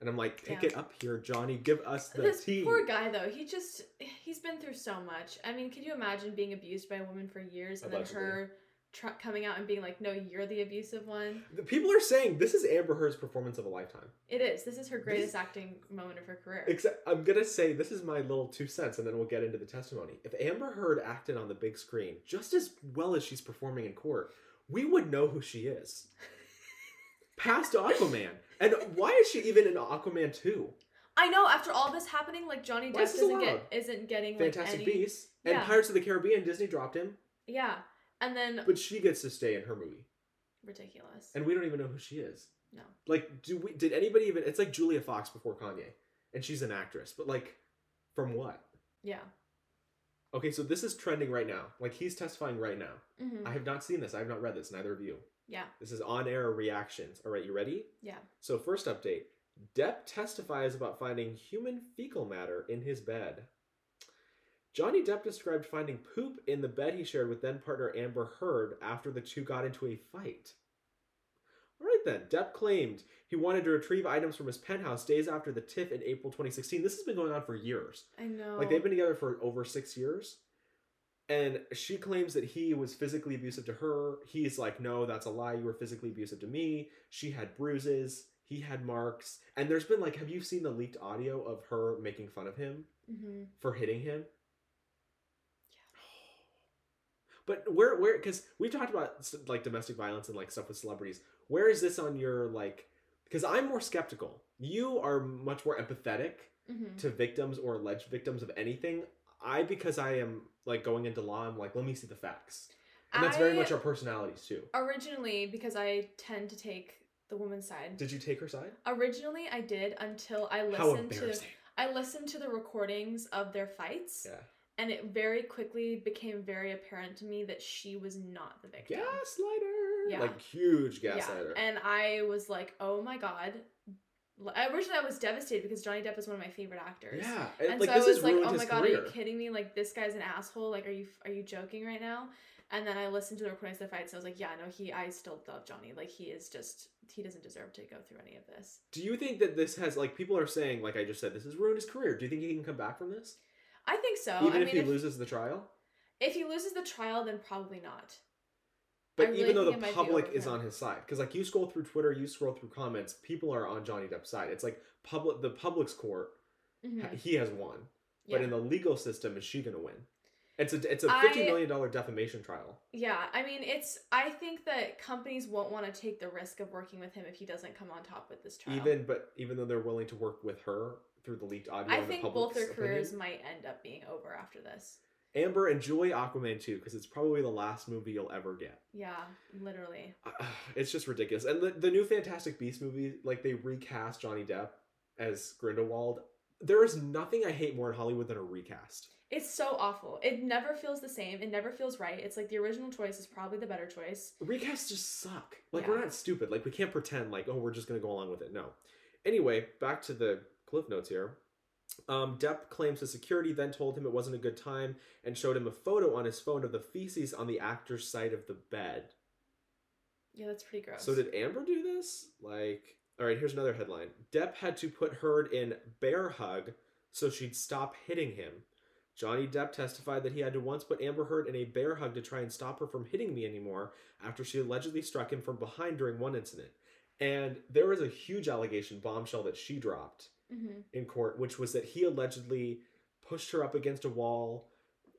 [SPEAKER 2] and I'm like, pick
[SPEAKER 1] Yeah.
[SPEAKER 2] it up here, Johnny. Give us the
[SPEAKER 1] this
[SPEAKER 2] tea.
[SPEAKER 1] poor guy though, he just he's been through so much. I mean, could you imagine being abused by a woman for years and
[SPEAKER 2] Allegedly.
[SPEAKER 1] then her tr- coming out and being like, "No, you're the abusive one."
[SPEAKER 2] The people are saying this is Amber Heard's performance of a lifetime.
[SPEAKER 1] It is. This is her greatest
[SPEAKER 2] This-
[SPEAKER 1] acting moment of her career.
[SPEAKER 2] Except I'm gonna say this is my little two cents, and then we'll get into the testimony. If Amber Heard acted on the big screen just as well as she's performing in court, we would know who she is. Past Aquaman, and why is she even in Aquaman two?
[SPEAKER 1] I know. After all this happening, like Johnny
[SPEAKER 2] Why
[SPEAKER 1] Depp
[SPEAKER 2] is this
[SPEAKER 1] isn't get
[SPEAKER 2] allowed?
[SPEAKER 1] isn't getting like
[SPEAKER 2] Fantastic
[SPEAKER 1] any.
[SPEAKER 2] Beasts and
[SPEAKER 1] yeah.
[SPEAKER 2] Pirates of the Caribbean. Disney dropped him,
[SPEAKER 1] Yeah, and then
[SPEAKER 2] but she gets to stay in her movie,
[SPEAKER 1] ridiculous.
[SPEAKER 2] and we don't even know who she is.
[SPEAKER 1] No.
[SPEAKER 2] Like, do we? Did anybody even? It's like Julia Fox before Kanye, and she's an actress, but like, from what?
[SPEAKER 1] yeah.
[SPEAKER 2] Okay, so this is trending right now. Like he's testifying right now.
[SPEAKER 1] hmm
[SPEAKER 2] I have not seen this. I have not read this. Neither of you.
[SPEAKER 1] Yeah.
[SPEAKER 2] This is on air reactions. All right, you ready?
[SPEAKER 1] Yeah.
[SPEAKER 2] So first update: Depp testifies about finding human fecal matter in his bed. Johnny Depp described finding poop in the bed he shared with then partner Amber Heard after the two got into a fight. All right then. Depp claimed he wanted to retrieve items from his penthouse days after the tiff in April 2016. This has been going on for years.
[SPEAKER 1] I know.
[SPEAKER 2] Like they've been together for over six years. And she claims that he was physically abusive to her. He's like, no, that's a lie. You were physically abusive to me. She had bruises. He had marks. And there's been like, have you seen the leaked audio of her making fun of him
[SPEAKER 1] hmm
[SPEAKER 2] for hitting him? But where, where, because we've talked about s- like domestic violence and like stuff with celebrities. Where is this on your like, because I'm more skeptical. You are much more empathetic
[SPEAKER 1] hmm
[SPEAKER 2] to victims or alleged victims of anything i because i am like going into law i'm like let me see the facts and that's very
[SPEAKER 1] I-
[SPEAKER 2] much our personalities too
[SPEAKER 1] originally because I tend to take the woman's side.
[SPEAKER 2] did you take her side
[SPEAKER 1] Originally, I did until I
[SPEAKER 2] how
[SPEAKER 1] listened to
[SPEAKER 2] embarrassing
[SPEAKER 1] I listened to the recordings of their fights,
[SPEAKER 2] yeah
[SPEAKER 1] and it very quickly became very apparent to me that she was not the victim.
[SPEAKER 2] gaslighter
[SPEAKER 1] Yeah.
[SPEAKER 2] like huge
[SPEAKER 1] Yeah.
[SPEAKER 2] gaslighter
[SPEAKER 1] And I was like, "Oh my god!" L- Originally, I was devastated because Johnny Depp is one of my favorite actors.
[SPEAKER 2] yeah and,
[SPEAKER 1] And
[SPEAKER 2] like
[SPEAKER 1] so
[SPEAKER 2] this
[SPEAKER 1] I was
[SPEAKER 2] has
[SPEAKER 1] like,
[SPEAKER 2] ruined
[SPEAKER 1] "Oh my
[SPEAKER 2] his
[SPEAKER 1] god, are
[SPEAKER 2] career
[SPEAKER 1] you kidding me? Like this guy's an asshole. Like, are you are you joking right now?" And then I listened to the recordings of the fights, and I was like, "Yeah, no, he. I still love Johnny. Like he is just he doesn't deserve to go through any of this."
[SPEAKER 2] do you think that this has like people are saying like i just said this has ruined his career do you think he can come back from this
[SPEAKER 1] I think so.
[SPEAKER 2] even
[SPEAKER 1] Oh, I
[SPEAKER 2] if
[SPEAKER 1] mean,
[SPEAKER 2] he loses the trial
[SPEAKER 1] if he loses the trial, then probably not.
[SPEAKER 2] but
[SPEAKER 1] I really
[SPEAKER 2] even though
[SPEAKER 1] think it
[SPEAKER 2] the
[SPEAKER 1] might be
[SPEAKER 2] public
[SPEAKER 1] over
[SPEAKER 2] is
[SPEAKER 1] him.
[SPEAKER 2] on his side because like you scroll through twitter you scroll through comments people are on johnny depp's side it's like public the public's court
[SPEAKER 1] Mhm.
[SPEAKER 2] ha- he has won
[SPEAKER 1] Yeah.
[SPEAKER 2] but in the legal system is she going to win it's a it's a
[SPEAKER 1] I-
[SPEAKER 2] fifty million dollar defamation trial
[SPEAKER 1] yeah, I mean, it's. I think that companies won't want to take the risk of working with him if he doesn't come on top with this trial.
[SPEAKER 2] even but even though they're willing to work with her through the leaked audio
[SPEAKER 1] I
[SPEAKER 2] and
[SPEAKER 1] think
[SPEAKER 2] the
[SPEAKER 1] both
[SPEAKER 2] public's
[SPEAKER 1] their careers
[SPEAKER 2] opinion,
[SPEAKER 1] might end up being over after this.
[SPEAKER 2] amber enjoy aquaman 2 because it's probably the last movie you'll ever get
[SPEAKER 1] Yeah, literally.
[SPEAKER 2] it's just ridiculous and the, the new fantastic beast movie like they recast johnny depp as grindelwald there is nothing i hate more in hollywood than a recast
[SPEAKER 1] It's so awful. It never feels the same. It never feels right. It's like the original choice is probably the better choice.
[SPEAKER 2] recasts just suck. Like
[SPEAKER 1] Yeah.
[SPEAKER 2] we're not stupid. Like we can't pretend like oh we're just gonna go along with it. No. Anyway, back to the cliff notes here. Um, Depp claims his security then told him it wasn't a good time and showed him a photo on his phone of the feces on the actor's side of the bed.
[SPEAKER 1] Yeah, that's pretty gross.
[SPEAKER 2] So did Amber do this? Like, all right, here's another headline. Depp had to put Heard in bear hug so she'd stop hitting him. Johnny Depp testified that he had to once put Amber Heard in a bear hug to try and stop her from hitting me anymore after she allegedly struck him from behind during one incident. And there was a huge allegation bombshell that she dropped
[SPEAKER 1] Mhm.
[SPEAKER 2] in court, which was that he allegedly pushed her up against a wall,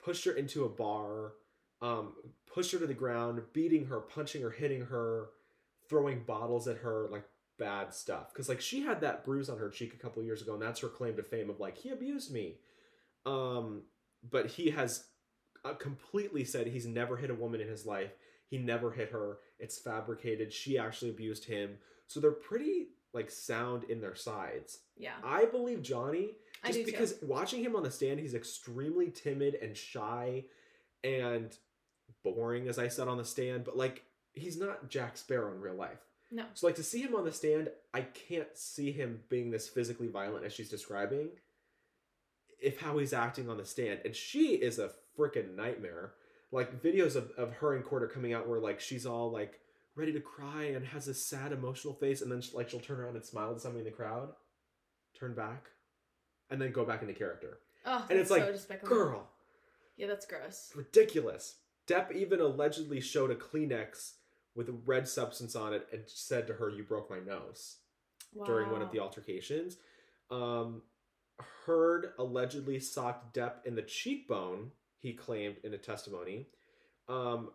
[SPEAKER 2] pushed her into a bar, um, pushed her to the ground, beating her, punching her, hitting her, throwing bottles at her, like bad stuff. Because like she had that bruise on her cheek a couple years ago, and that's her claim to fame of like he abused me. Um, but he has uh, completely said he's never hit a woman in his life. He never hit her. It's fabricated. She actually abused him. So they're pretty like sound in their sides.
[SPEAKER 1] Yeah.
[SPEAKER 2] I believe Johnny
[SPEAKER 1] I
[SPEAKER 2] just
[SPEAKER 1] do too.
[SPEAKER 2] because watching him on the stand, he's extremely timid and shy and boring, as I said on the stand, but like he's not Jack Sparrow in real life.
[SPEAKER 1] No.
[SPEAKER 2] So like to see him on the stand, I can't see him being this physically violent as she's describing. If how he's acting on the stand, and she is a freaking nightmare. Like videos of, of her and Court are coming out where like she's all like ready to cry and has this sad emotional face, and then she, like she'll turn around and smile to somebody in the crowd, turn back, and then go back into character.
[SPEAKER 1] Oh,
[SPEAKER 2] And it's
[SPEAKER 1] that's so
[SPEAKER 2] like,
[SPEAKER 1] despicable.
[SPEAKER 2] Girl,
[SPEAKER 1] Yeah, that's gross.
[SPEAKER 2] it's ridiculous. Depp even allegedly showed a Kleenex with red substance on it and said to her, "You broke my nose." during one of
[SPEAKER 1] Wow.
[SPEAKER 2] the altercations. Um, Heard allegedly socked Depp in the cheekbone, he claimed in a testimony. Um,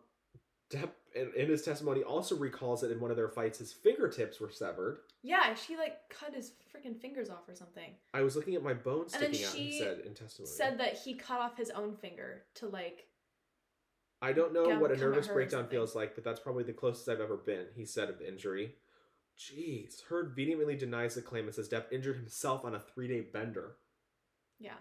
[SPEAKER 2] Depp, in, in his testimony, also recalls that in one of their fights, his fingertips were severed.
[SPEAKER 1] Yeah, she like cut his freaking fingers off or something.
[SPEAKER 2] I was looking at my bones
[SPEAKER 1] And then
[SPEAKER 2] sticking out, he
[SPEAKER 1] she
[SPEAKER 2] said in testimony.
[SPEAKER 1] Said that he cut off his own finger to like.
[SPEAKER 2] I don't know
[SPEAKER 1] Gum
[SPEAKER 2] what a
[SPEAKER 1] come at
[SPEAKER 2] nervous
[SPEAKER 1] her or
[SPEAKER 2] breakdown
[SPEAKER 1] something.
[SPEAKER 2] feels like, but that's probably the closest I've ever been, he said of the injury. Jeez. Heard vehemently denies the claim and says Depp injured himself on a three day bender.
[SPEAKER 1] Yeah.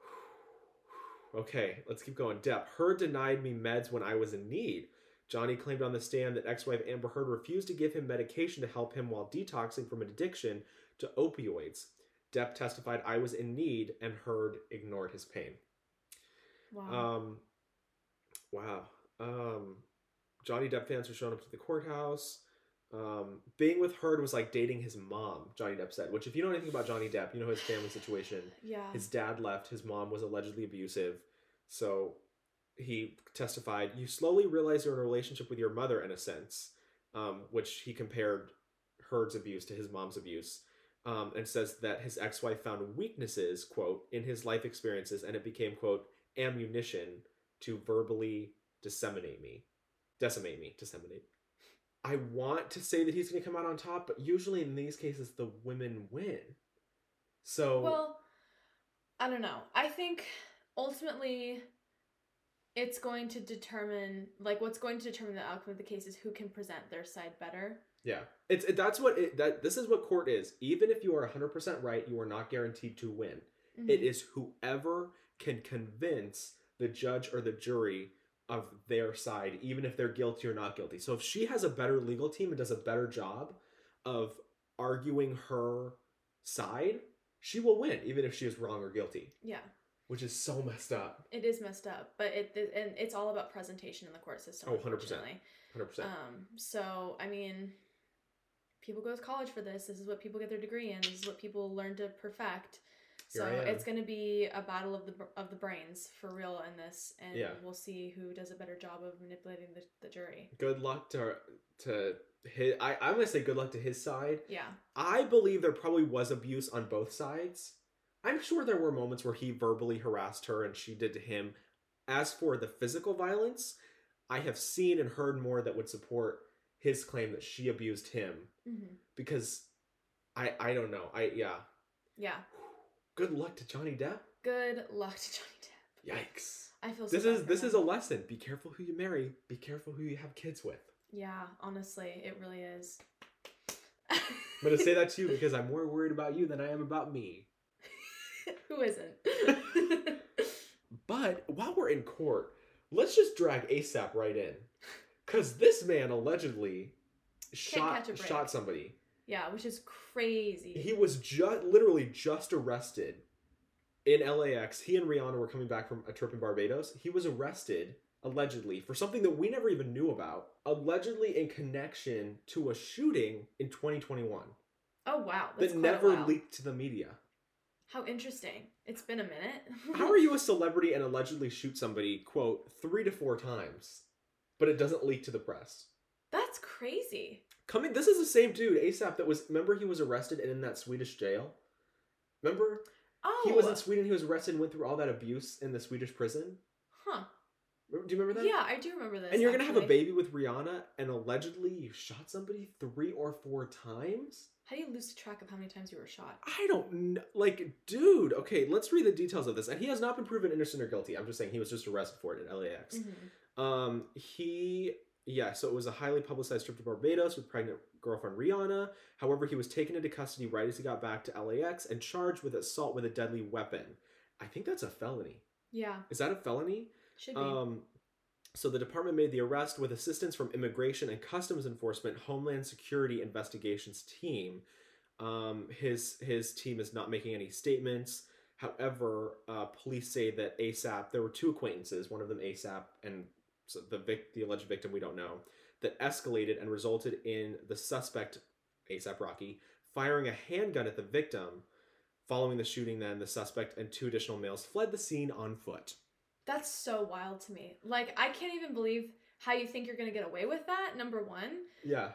[SPEAKER 2] Okay, let's keep going. Depp. Heard denied me meds when I was in need. Johnny claimed on the stand that ex wife Amber Heard refused to give him medication to help him while detoxing from an addiction to opioids. Depp testified, I was in need, and Heard ignored his pain.
[SPEAKER 1] Wow.
[SPEAKER 2] Um, wow. Um, Johnny Depp fans were showing up to the courthouse. Um, being with Heard was like dating his mom, Johnny Depp said, which, if you know anything about Johnny Depp, you know his family situation
[SPEAKER 1] yeah.
[SPEAKER 2] his dad left his mom was allegedly abusive so he testified you slowly realize you're in a relationship with your mother in a sense um, which he compared heard's abuse to his mom's abuse um, and says that his ex-wife found weaknesses quote in his life experiences and it became quote ammunition to verbally disseminate me decimate me disseminate i want to say that he's going to come out on top but usually in these cases the women win so
[SPEAKER 1] Well, I don't know. I think ultimately it's going to determine like what's going to determine the outcome of the case is who can present their side better.
[SPEAKER 2] Yeah, it's it, that's what it, that this is what court is. Even if you are hundred percent right, you are not guaranteed to win.
[SPEAKER 1] Mm-hmm.
[SPEAKER 2] It is whoever can convince the judge or the jury of their side, even if they're guilty or not guilty. So if she has a better legal team and does a better job of arguing her side, she will win, even if she is wrong or guilty,
[SPEAKER 1] Yeah,
[SPEAKER 2] which is so messed up.
[SPEAKER 1] it is messed up, but it, it and it's all about presentation in the court system.
[SPEAKER 2] Oh, 100%.
[SPEAKER 1] unfortunately.
[SPEAKER 2] Hundred percent.
[SPEAKER 1] Um, so I mean, people go to college for this. This is what people get their degree in. This is what people learn to perfect.
[SPEAKER 2] Here
[SPEAKER 1] So
[SPEAKER 2] I am.
[SPEAKER 1] it's going to be a battle of the br- of the brains for real in this, and
[SPEAKER 2] Yeah.
[SPEAKER 1] we'll see who does a better job of manipulating the, the jury.
[SPEAKER 2] Good luck to to his. I I'm gonna say good luck to his side.
[SPEAKER 1] Yeah,
[SPEAKER 2] I believe there probably was abuse on both sides. I'm sure there were moments where he verbally harassed her and she did to him. As for the physical violence, I have seen and heard more that would support his claim that she abused him
[SPEAKER 1] hmm
[SPEAKER 2] because I I don't know. I yeah.
[SPEAKER 1] yeah.
[SPEAKER 2] Good luck to Johnny Depp.
[SPEAKER 1] Good luck to Johnny Depp.
[SPEAKER 2] Yikes.
[SPEAKER 1] I feel so
[SPEAKER 2] This
[SPEAKER 1] bad
[SPEAKER 2] is
[SPEAKER 1] for
[SPEAKER 2] this
[SPEAKER 1] him.
[SPEAKER 2] is a lesson. Be careful who you marry. Be careful who you have kids with.
[SPEAKER 1] yeah. Honestly, it really is.
[SPEAKER 2] I'm gonna say that to you because I'm more worried about you than I am about me.
[SPEAKER 1] who isn't?
[SPEAKER 2] But while we're in court, let's just drag ASAP right in. Cause this man allegedly shot
[SPEAKER 1] catch a break.
[SPEAKER 2] shot somebody.
[SPEAKER 1] yeah, which is crazy.
[SPEAKER 2] He was just literally just arrested in LAX. He and Rihanna were coming back from a trip in Barbados. He was arrested allegedly for something that we never even knew about, allegedly in connection to a shooting in 2021
[SPEAKER 1] oh wow, that's quite a
[SPEAKER 2] that never
[SPEAKER 1] while.
[SPEAKER 2] leaked to the media.
[SPEAKER 1] How interesting. It's been a minute.
[SPEAKER 2] How are you a celebrity and allegedly shoot somebody, quote, three to four times, but it doesn't leak to the press?
[SPEAKER 1] That's crazy.
[SPEAKER 2] Coming, this is the same dude, ASAP, that was, remember he was arrested and in that Swedish jail? Remember?
[SPEAKER 1] Oh,
[SPEAKER 2] He was in Sweden. He was arrested and went through all that abuse in the Swedish prison.
[SPEAKER 1] huh?
[SPEAKER 2] Remember- Do you remember that?
[SPEAKER 1] Yeah, I do remember this.
[SPEAKER 2] And you're gonna have a
[SPEAKER 1] actually.
[SPEAKER 2] baby with Rihanna, and allegedly you shot somebody three or four times.
[SPEAKER 1] How do you lose track of how many times you were shot?
[SPEAKER 2] I don't know. Like, dude, okay, let's read the details of this. And he has not been proven innocent or guilty. I'm just saying he was just arrested for it in LAX.
[SPEAKER 1] Mhm.
[SPEAKER 2] Um, he, yeah, so it was a highly publicized trip to Barbados with pregnant girlfriend Rihanna. However, he was taken into custody right as he got back to LAX and charged with assault with a deadly weapon. I think that's a felony.
[SPEAKER 1] Yeah,
[SPEAKER 2] Is that a felony?
[SPEAKER 1] should be.
[SPEAKER 2] Um, so the department made the arrest with assistance from Immigration and Customs Enforcement Homeland Security Investigations team. Um, his his team is not making any statements. However, uh, police say that ASAP. There were two acquaintances, one of them ASAP, and so the vic, the alleged victim we don't know, that escalated and resulted in the suspect ASAP Rocky firing a handgun at the victim. Following the shooting, then the suspect and two additional males fled the scene on foot.
[SPEAKER 1] That's so wild to me. Like, I can't even believe how you think you're gonna get away with that. Number one,
[SPEAKER 2] Yeah.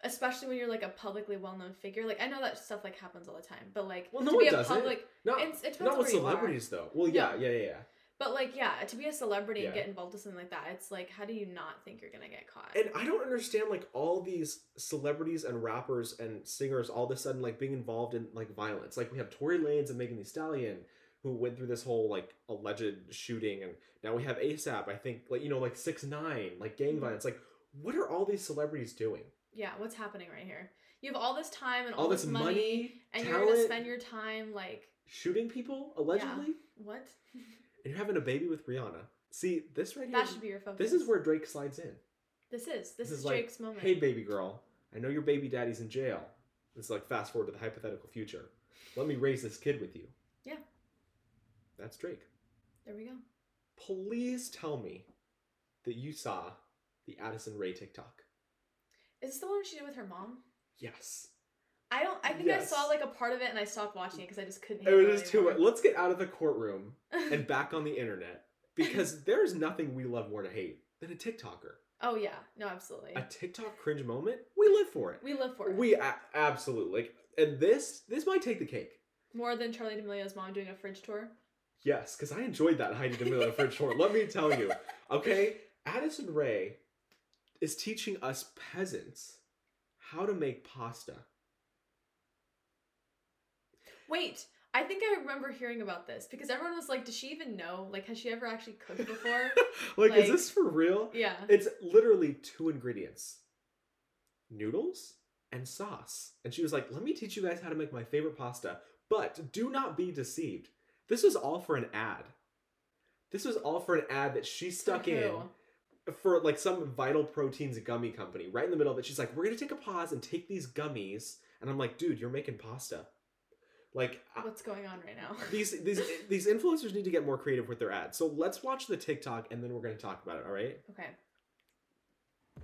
[SPEAKER 1] especially when you're like a publicly well-known figure. Like, I know that stuff like happens all the time, but like
[SPEAKER 2] Well, no
[SPEAKER 1] to
[SPEAKER 2] one
[SPEAKER 1] be a
[SPEAKER 2] does it.
[SPEAKER 1] public,
[SPEAKER 2] Not,
[SPEAKER 1] it's, it depends
[SPEAKER 2] not
[SPEAKER 1] on
[SPEAKER 2] with
[SPEAKER 1] where you are.
[SPEAKER 2] celebrities though. Well, yeah, yeah, yeah, yeah.
[SPEAKER 1] But like, yeah, to be a celebrity and
[SPEAKER 2] Yeah.
[SPEAKER 1] get involved with something like that, it's like, how do you not think you're gonna get caught?
[SPEAKER 2] And I don't understand like all these celebrities and rappers and singers all of a sudden like being involved in like violence. Like we have Tory Lanez and Megan Thee Stallion who went through this whole like alleged shooting, and now we have ASAP. I think like you know like six nine like gang
[SPEAKER 1] Mhm.
[SPEAKER 2] violence. Like what are all these celebrities doing?
[SPEAKER 1] yeah, what's happening right here? You have all this time and all,
[SPEAKER 2] All, this money,
[SPEAKER 1] and
[SPEAKER 2] talent,
[SPEAKER 1] you're gonna spend your time like
[SPEAKER 2] shooting people allegedly,
[SPEAKER 1] what?
[SPEAKER 2] and you're having a baby with Rihanna. See this right here.
[SPEAKER 1] that should be your focus.
[SPEAKER 2] this is where Drake slides in.
[SPEAKER 1] this is this, is,
[SPEAKER 2] like,
[SPEAKER 1] Jake's moment.
[SPEAKER 2] Hey, baby girl, I know your baby daddy's in jail. It's like fast forward to the hypothetical future. Let me raise this kid with you.
[SPEAKER 1] Yeah.
[SPEAKER 2] That's Drake.
[SPEAKER 1] There we go.
[SPEAKER 2] Please tell me that you saw the Addison Ray TikTok.
[SPEAKER 1] Is this the one she did with her mom?
[SPEAKER 2] Yes.
[SPEAKER 1] I don't. I think
[SPEAKER 2] Yes. Oh,
[SPEAKER 1] I saw like a part of it and I stopped watching it because I just couldn't.
[SPEAKER 2] It was
[SPEAKER 1] handle
[SPEAKER 2] just too much.
[SPEAKER 1] anymore.
[SPEAKER 2] Let's get out of the courtroom and back on the internet because there's nothing we love more to hate than a TikToker.
[SPEAKER 1] oh yeah, no, absolutely.
[SPEAKER 2] A TikTok cringe moment, we live for it.
[SPEAKER 1] we live for it.
[SPEAKER 2] We a- absolutely. Like, and this, this might take the cake.
[SPEAKER 1] more than Charlie D'Amelio's mom doing a fridge tour.
[SPEAKER 2] Yes, because I enjoyed that Heidi DeMille for sure. Let me tell you. Okay? Addison Ray is teaching us peasants how to make pasta.
[SPEAKER 1] Wait, I think I remember hearing about this because everyone was like, "Does she even know? Like, has she ever actually cooked before?"
[SPEAKER 2] like,
[SPEAKER 1] Like-
[SPEAKER 2] is this for real?
[SPEAKER 1] yeah.
[SPEAKER 2] It's literally two ingredients noodles and sauce. And she was like, let me teach you guys how to make my favorite pasta. But do not be deceived. This was all for an ad. This was all for an ad that she stuck
[SPEAKER 1] For who?
[SPEAKER 2] in for like some vital proteins gummy company right in the middle of it she's like we're gonna take a pause and take these gummies and i'm like dude you're making pasta like I-
[SPEAKER 1] What's going on right now?
[SPEAKER 2] these these these influencers need to get more creative with their ads so let's watch the tiktok and then we're gonna talk about it all right
[SPEAKER 1] Okay.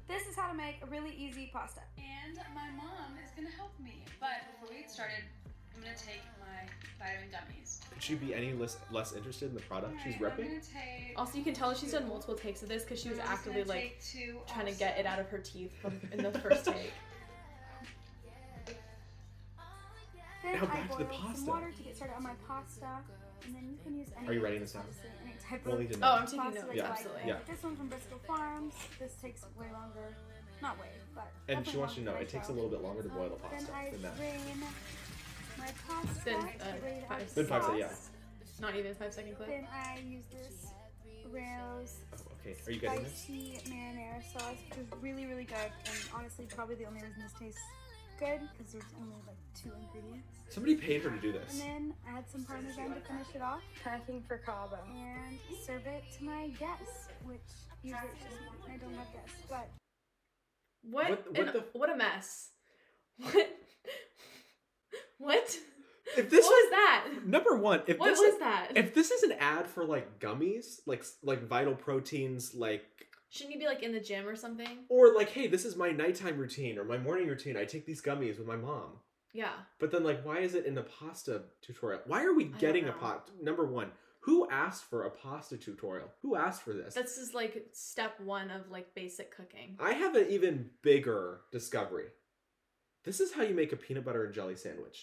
[SPEAKER 9] This is how to make a really easy pasta.
[SPEAKER 10] And my mom is gonna help me. But before we get started, I'm gonna take my vitamin gummies.
[SPEAKER 2] would she be any less less interested in the product she's
[SPEAKER 10] Alright, I'm
[SPEAKER 2] repping
[SPEAKER 10] gonna take
[SPEAKER 1] Also, you can tell that she's done
[SPEAKER 10] two.
[SPEAKER 1] multiple takes of this because she was
[SPEAKER 10] I'm just
[SPEAKER 1] actively
[SPEAKER 10] gonna
[SPEAKER 1] like
[SPEAKER 10] take two
[SPEAKER 1] trying to
[SPEAKER 10] also.
[SPEAKER 1] get it out of her teeth from- in the first take.
[SPEAKER 9] Then
[SPEAKER 2] Now
[SPEAKER 9] I
[SPEAKER 2] back to
[SPEAKER 9] boiled
[SPEAKER 2] the
[SPEAKER 9] some
[SPEAKER 2] pasta.
[SPEAKER 9] water to get started on my pasta, and then you can use any.
[SPEAKER 2] Are you writing this down?
[SPEAKER 9] Any type
[SPEAKER 2] Well,
[SPEAKER 9] of
[SPEAKER 2] he didn't.
[SPEAKER 1] Oh, I'm taking
[SPEAKER 9] pasta
[SPEAKER 1] notes.
[SPEAKER 9] that you
[SPEAKER 2] Yeah,
[SPEAKER 9] like.
[SPEAKER 1] Absolutely.
[SPEAKER 2] yeah.
[SPEAKER 9] This one's from Bristol Farms. This takes way longer. Not way, but.
[SPEAKER 2] and she
[SPEAKER 9] definitely
[SPEAKER 2] wants you to know
[SPEAKER 9] longer
[SPEAKER 2] it
[SPEAKER 9] than I
[SPEAKER 2] takes a
[SPEAKER 9] thought.
[SPEAKER 2] little bit longer to boil the
[SPEAKER 9] Then
[SPEAKER 2] pasta
[SPEAKER 9] I
[SPEAKER 2] than that
[SPEAKER 9] drain my pasta.
[SPEAKER 1] Then,
[SPEAKER 9] to
[SPEAKER 1] uh,
[SPEAKER 9] drain out
[SPEAKER 1] five-
[SPEAKER 9] the
[SPEAKER 2] Then five sec- yeah.
[SPEAKER 9] sauce.
[SPEAKER 1] Not even a five second clip.
[SPEAKER 9] Then I use this rose
[SPEAKER 2] oh, okay are you getting this
[SPEAKER 9] spicy marinara sauce, which is really, really good. And honestly, probably the only reason this tastes good because there's only like two ingredients.
[SPEAKER 2] somebody paid her to do
[SPEAKER 9] And
[SPEAKER 2] this
[SPEAKER 9] then add some parmesan to finish it off
[SPEAKER 5] Packing for Cabo.
[SPEAKER 9] and serve it to my guests, which usually it's just one. I don't have guests, but
[SPEAKER 1] What?
[SPEAKER 2] What- what
[SPEAKER 1] an-
[SPEAKER 2] the-
[SPEAKER 1] what a mess. What? what?
[SPEAKER 2] if this
[SPEAKER 1] what was that?
[SPEAKER 2] number one if
[SPEAKER 1] What
[SPEAKER 2] this
[SPEAKER 1] was that?
[SPEAKER 2] if this is an ad for like gummies like like vital proteins like
[SPEAKER 1] Shouldn't you be like in the gym or something?
[SPEAKER 2] Or like, hey, this is my nighttime routine or my morning routine. I take these gummies with my mom.
[SPEAKER 1] Yeah.
[SPEAKER 2] But then like, why is it in a pasta tutorial? Why are we
[SPEAKER 1] don't
[SPEAKER 2] getting a
[SPEAKER 1] know.
[SPEAKER 2] pot? Number one, who asked for a pasta tutorial? Who asked for this?
[SPEAKER 1] That's just like step one of like basic cooking.
[SPEAKER 2] I have an even bigger discovery. This is how you make a peanut butter and jelly sandwich.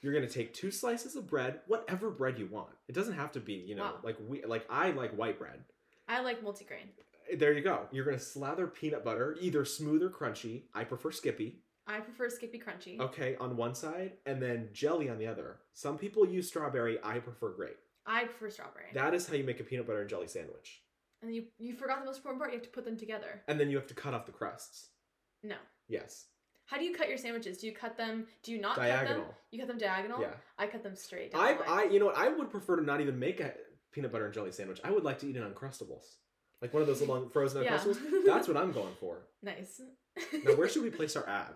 [SPEAKER 2] You're gonna take two slices of bread, whatever bread you want. It doesn't have to be, you know,
[SPEAKER 1] Wow.
[SPEAKER 2] like we like I like white bread.
[SPEAKER 1] I like multigrain.
[SPEAKER 2] There you go. You're gonna slather peanut butter, either smooth or crunchy. I prefer Skippy.
[SPEAKER 1] I prefer Skippy Crunchy.
[SPEAKER 2] Okay, on one side, and then jelly on the other. Some people use strawberry. I prefer grape.
[SPEAKER 1] I prefer strawberry.
[SPEAKER 2] That is how you make a peanut butter and jelly sandwich.
[SPEAKER 1] and you you forgot the most important part. You have to put them together.
[SPEAKER 2] And then you have to cut off the crusts.
[SPEAKER 1] No.
[SPEAKER 2] Yes.
[SPEAKER 1] How do you cut your sandwiches? Do you cut them? Do you not cut them?
[SPEAKER 2] Diagonal.
[SPEAKER 1] You cut them diagonal.
[SPEAKER 2] Yeah.
[SPEAKER 1] I cut them straight. down
[SPEAKER 2] I
[SPEAKER 1] the
[SPEAKER 2] I
[SPEAKER 1] line.
[SPEAKER 2] you know what I would prefer to not even make a peanut butter and jelly sandwich. I would like to eat an uncrustables. Like one of those long frozen
[SPEAKER 1] Yeah.
[SPEAKER 2] uncrustables. That's what I'm going for.
[SPEAKER 1] nice.
[SPEAKER 2] Now where should we place our ad?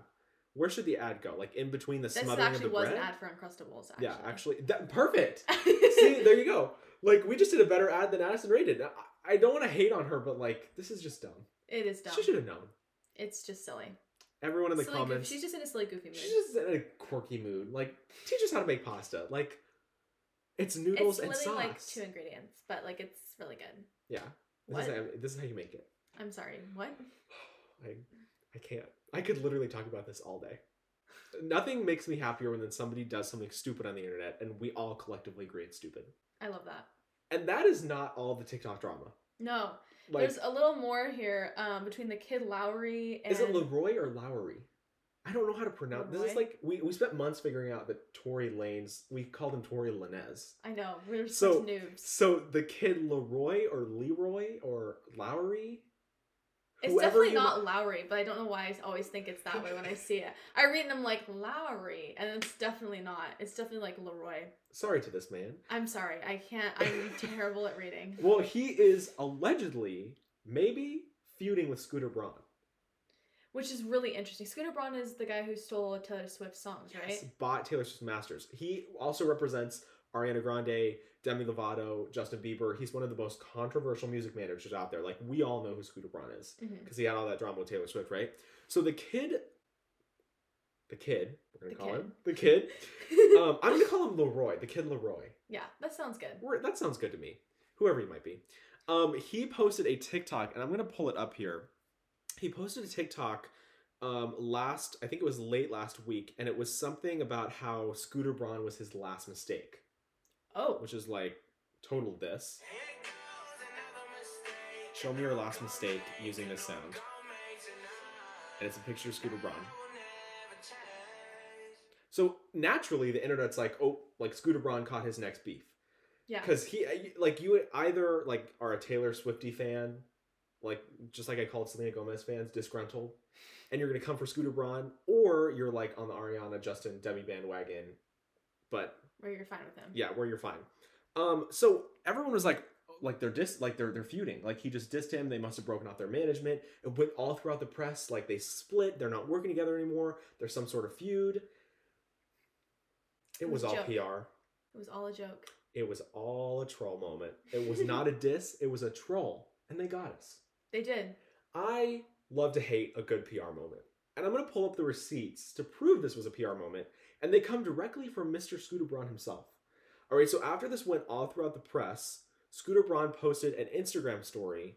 [SPEAKER 2] Where should the ad go? Like in between the
[SPEAKER 1] This
[SPEAKER 2] smothering of
[SPEAKER 1] actually
[SPEAKER 2] the
[SPEAKER 1] was
[SPEAKER 2] bread?
[SPEAKER 1] an ad for Uncrustables. Actually.
[SPEAKER 2] Yeah, actually, that, perfect. See, there you go. Like we just did a better ad than Addison Ray did. I, I don't want to hate on her, but like this is just dumb.
[SPEAKER 1] It is dumb.
[SPEAKER 2] She should have known.
[SPEAKER 1] It's just silly.
[SPEAKER 2] Everyone in the
[SPEAKER 1] Silly goof-
[SPEAKER 2] comments,
[SPEAKER 1] She's just in a silly goofy mood.
[SPEAKER 2] she's just in a quirky mood. Like teach us how to make pasta. Like it's
[SPEAKER 1] it's
[SPEAKER 2] noodles and
[SPEAKER 1] literally
[SPEAKER 2] sauce.
[SPEAKER 1] like two ingredients, but like it's really good.
[SPEAKER 2] yeah, this is
[SPEAKER 1] What?
[SPEAKER 2] how, this is how you make it.
[SPEAKER 1] I'm sorry. What?
[SPEAKER 2] I I can't. I could literally talk about this all day. Nothing makes me happier than somebody does something stupid on the internet and we all collectively agree it's stupid.
[SPEAKER 1] I love that.
[SPEAKER 2] And that is not all the TikTok drama.
[SPEAKER 1] No,
[SPEAKER 2] Like
[SPEAKER 1] there's a little more here um, between the kid Lowry and
[SPEAKER 2] Is it Leroy or Lowry? I don't know how to pronounce. This is
[SPEAKER 1] Leroy?
[SPEAKER 2] like we, we spent months figuring out that Tory Lanes. We called him Tory Lanez.
[SPEAKER 1] I know we're
[SPEAKER 2] So-
[SPEAKER 1] such noobs.
[SPEAKER 2] So the kid Leroy or Leroy or Lowry.
[SPEAKER 1] It's
[SPEAKER 2] whoever
[SPEAKER 1] definitely
[SPEAKER 2] you-
[SPEAKER 1] not Lowry, but I don't know why I always think it's that way when I see it. I read and I'm like Lowry, and it's definitely not. It's definitely like Leroy.
[SPEAKER 2] Sorry to this man.
[SPEAKER 1] I'm sorry, I can't. I'm terrible at reading.
[SPEAKER 2] Well, he is allegedly maybe feuding with Scooter Braun.
[SPEAKER 1] Which is really interesting. Scooter Braun is the guy who stole Taylor Swift's songs, right?
[SPEAKER 2] Bought Taylor Swift's masters. He also represents Ariana Grande, Demi Lovato, Justin Bieber. He's one of the most controversial music managers out there. Like we all know who Scooter Braun is.
[SPEAKER 1] Mhm.
[SPEAKER 2] because he had all that drama with Taylor Swift, right? So the kid, the kid, we're gonna
[SPEAKER 1] The
[SPEAKER 2] call
[SPEAKER 1] kid.
[SPEAKER 2] him the kid. Um, I'm gonna call him Leroy, the kid
[SPEAKER 1] Mm-hmm.
[SPEAKER 2] Leroy.
[SPEAKER 1] yeah, that sounds good.
[SPEAKER 2] We're- that sounds good to me. Whoever he might be, um, he posted a TikTok, and I'm gonna pull it up here. He posted a TikTok um, last, I think it was late last week, and it was something about how Scooter Braun was his last mistake,
[SPEAKER 1] Oh,
[SPEAKER 2] which is like total this. Show me your last mistake using this sound. And it's a picture of Scooter Braun. So naturally, the internet's like, oh, like Scooter Braun caught his next beef
[SPEAKER 1] yeah.
[SPEAKER 2] because he, like, you either like are a Taylor Swifty fan, like just like I called Selena Gomez fans disgruntled, and you're gonna come for Scooter Braun, or you're like on the Ariana Justin Demi bandwagon, but
[SPEAKER 1] Where you're fine with him.
[SPEAKER 2] yeah, where you're fine. Um, so everyone was like, like they're dis, like they're they're feuding. Like he just dissed him. They must have broken off their management. It went all throughout the press. Like they split. They're not working together anymore. There's some sort of feud. It was all
[SPEAKER 1] Joke.
[SPEAKER 2] PR.
[SPEAKER 1] It was all a joke.
[SPEAKER 2] It was all a troll moment. It was not a diss. It was a troll, and they got us.
[SPEAKER 1] They did.
[SPEAKER 2] I love to hate a good PR moment. And I'm going to pull up the receipts to prove this was a PR moment. And they come directly from Mr. Scooter Braun himself. All right, so after this went all throughout the press, Scooter Braun posted an Instagram story,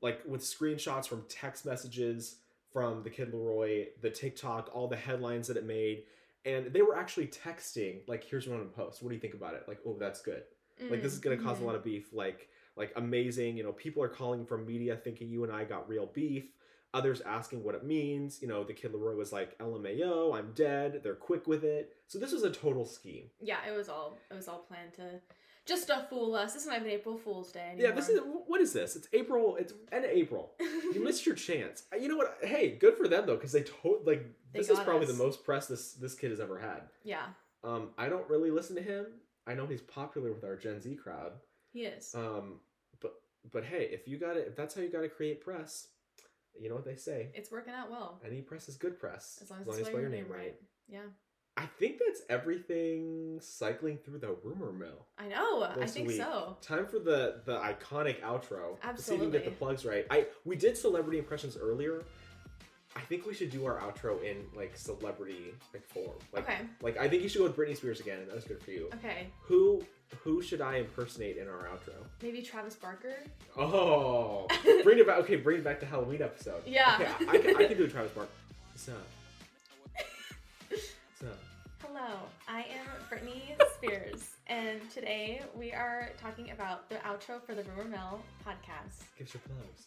[SPEAKER 2] like with screenshots from text messages from the Kid Leroy, the TikTok, all the headlines that it made. And they were actually texting, like, here's what I'm going to post. What do you think about it? Like, oh, that's good like this is going to
[SPEAKER 1] Mm-hmm.
[SPEAKER 2] because a lot of beef like like amazing you know people are calling from media thinking you and i got real beef others asking what it means you know the kid leroy was like lmao i'm dead they're quick with it so this was a total scheme
[SPEAKER 1] Yeah, it was all it was all planned to just to fool us. This is not even April Fool's Day.
[SPEAKER 2] yeah this is what is this it's april it's end of april you missed your chance Uh, you know what hey good for them though because they told like
[SPEAKER 1] They
[SPEAKER 2] this is
[SPEAKER 1] got
[SPEAKER 2] probably
[SPEAKER 1] us.
[SPEAKER 2] the most press this this kid has ever had
[SPEAKER 1] yeah,
[SPEAKER 2] um i don't really listen to him i know he's popular with our gen z crowd
[SPEAKER 1] he is.
[SPEAKER 2] Um, but but hey, if you got to if that's how you got to create press, you know what they say:
[SPEAKER 1] it's working out well.
[SPEAKER 2] any press is good press
[SPEAKER 1] As long as, it's spell your name right. Yeah.
[SPEAKER 2] I think that's everything cycling through the rumor mill.
[SPEAKER 1] I know. I
[SPEAKER 2] This
[SPEAKER 1] think
[SPEAKER 2] week.
[SPEAKER 1] so.
[SPEAKER 2] Time for the the iconic outro. Let's see if we can
[SPEAKER 1] Absolutely.
[SPEAKER 2] get the plugs right. I we did celebrity impressions earlier. I think we should do our outro in like celebrity like form. Like
[SPEAKER 1] Okay.
[SPEAKER 2] like I think you should go with Britney Spears again. That was good for you.
[SPEAKER 1] Okay.
[SPEAKER 2] Who who should I impersonate in our outro?
[SPEAKER 1] Maybe Travis Barker.
[SPEAKER 2] Oh, bring it back. Okay, bring it back to Halloween episode.
[SPEAKER 1] Yeah.
[SPEAKER 2] Okay, I, I, can, I can do a Travis Barker. What's up? So,
[SPEAKER 1] Hello, I am Brittany Spears, and today we are talking about the outro for the Rumor Mill podcast.
[SPEAKER 2] give us your plugs.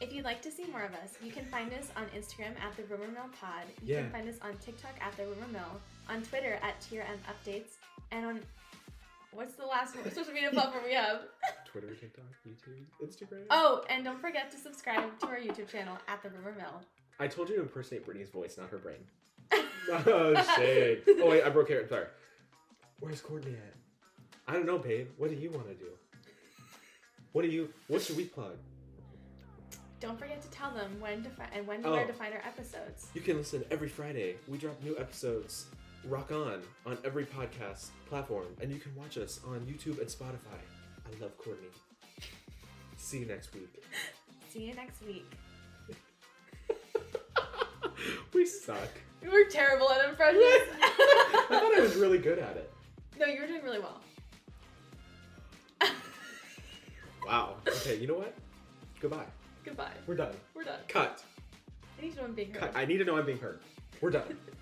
[SPEAKER 1] If you'd like to see more of us, you can find us on Instagram at the Rumor Mill Pod. You
[SPEAKER 2] Yeah.
[SPEAKER 1] can find us on TikTok at the Rumor Mill, on Twitter at TRM Updates, and on what's the last one? social media platform we have?
[SPEAKER 2] Twitter, TikTok, YouTube, Instagram.
[SPEAKER 1] Oh, and don't forget to subscribe to our YouTube channel at the Rumor Mill.
[SPEAKER 2] I told you to impersonate Britney's voice, not her brain. oh shit! Oh wait, I broke her. Sorry. Where's Courtney at? I don't know, babe. What do you want to do? What do you? What should we plug?
[SPEAKER 1] Don't forget to tell them when to fi- and when to
[SPEAKER 2] Oh.
[SPEAKER 1] where to find our episodes.
[SPEAKER 2] You can listen every Friday. We drop new episodes. Rock on on every podcast platform, and you can watch us on YouTube and Spotify. I love Courtney. See you next week.
[SPEAKER 1] See you next week.
[SPEAKER 2] We suck.
[SPEAKER 1] You were terrible at impressions.
[SPEAKER 2] I thought I was really good at it.
[SPEAKER 1] no, you were doing really well.
[SPEAKER 2] Wow. Okay, you know what? Goodbye.
[SPEAKER 1] Goodbye.
[SPEAKER 2] We're done.
[SPEAKER 1] We're done.
[SPEAKER 2] Cut.
[SPEAKER 1] I need to know I'm being heard.
[SPEAKER 2] Cut. I need to know I'm being heard. We're done.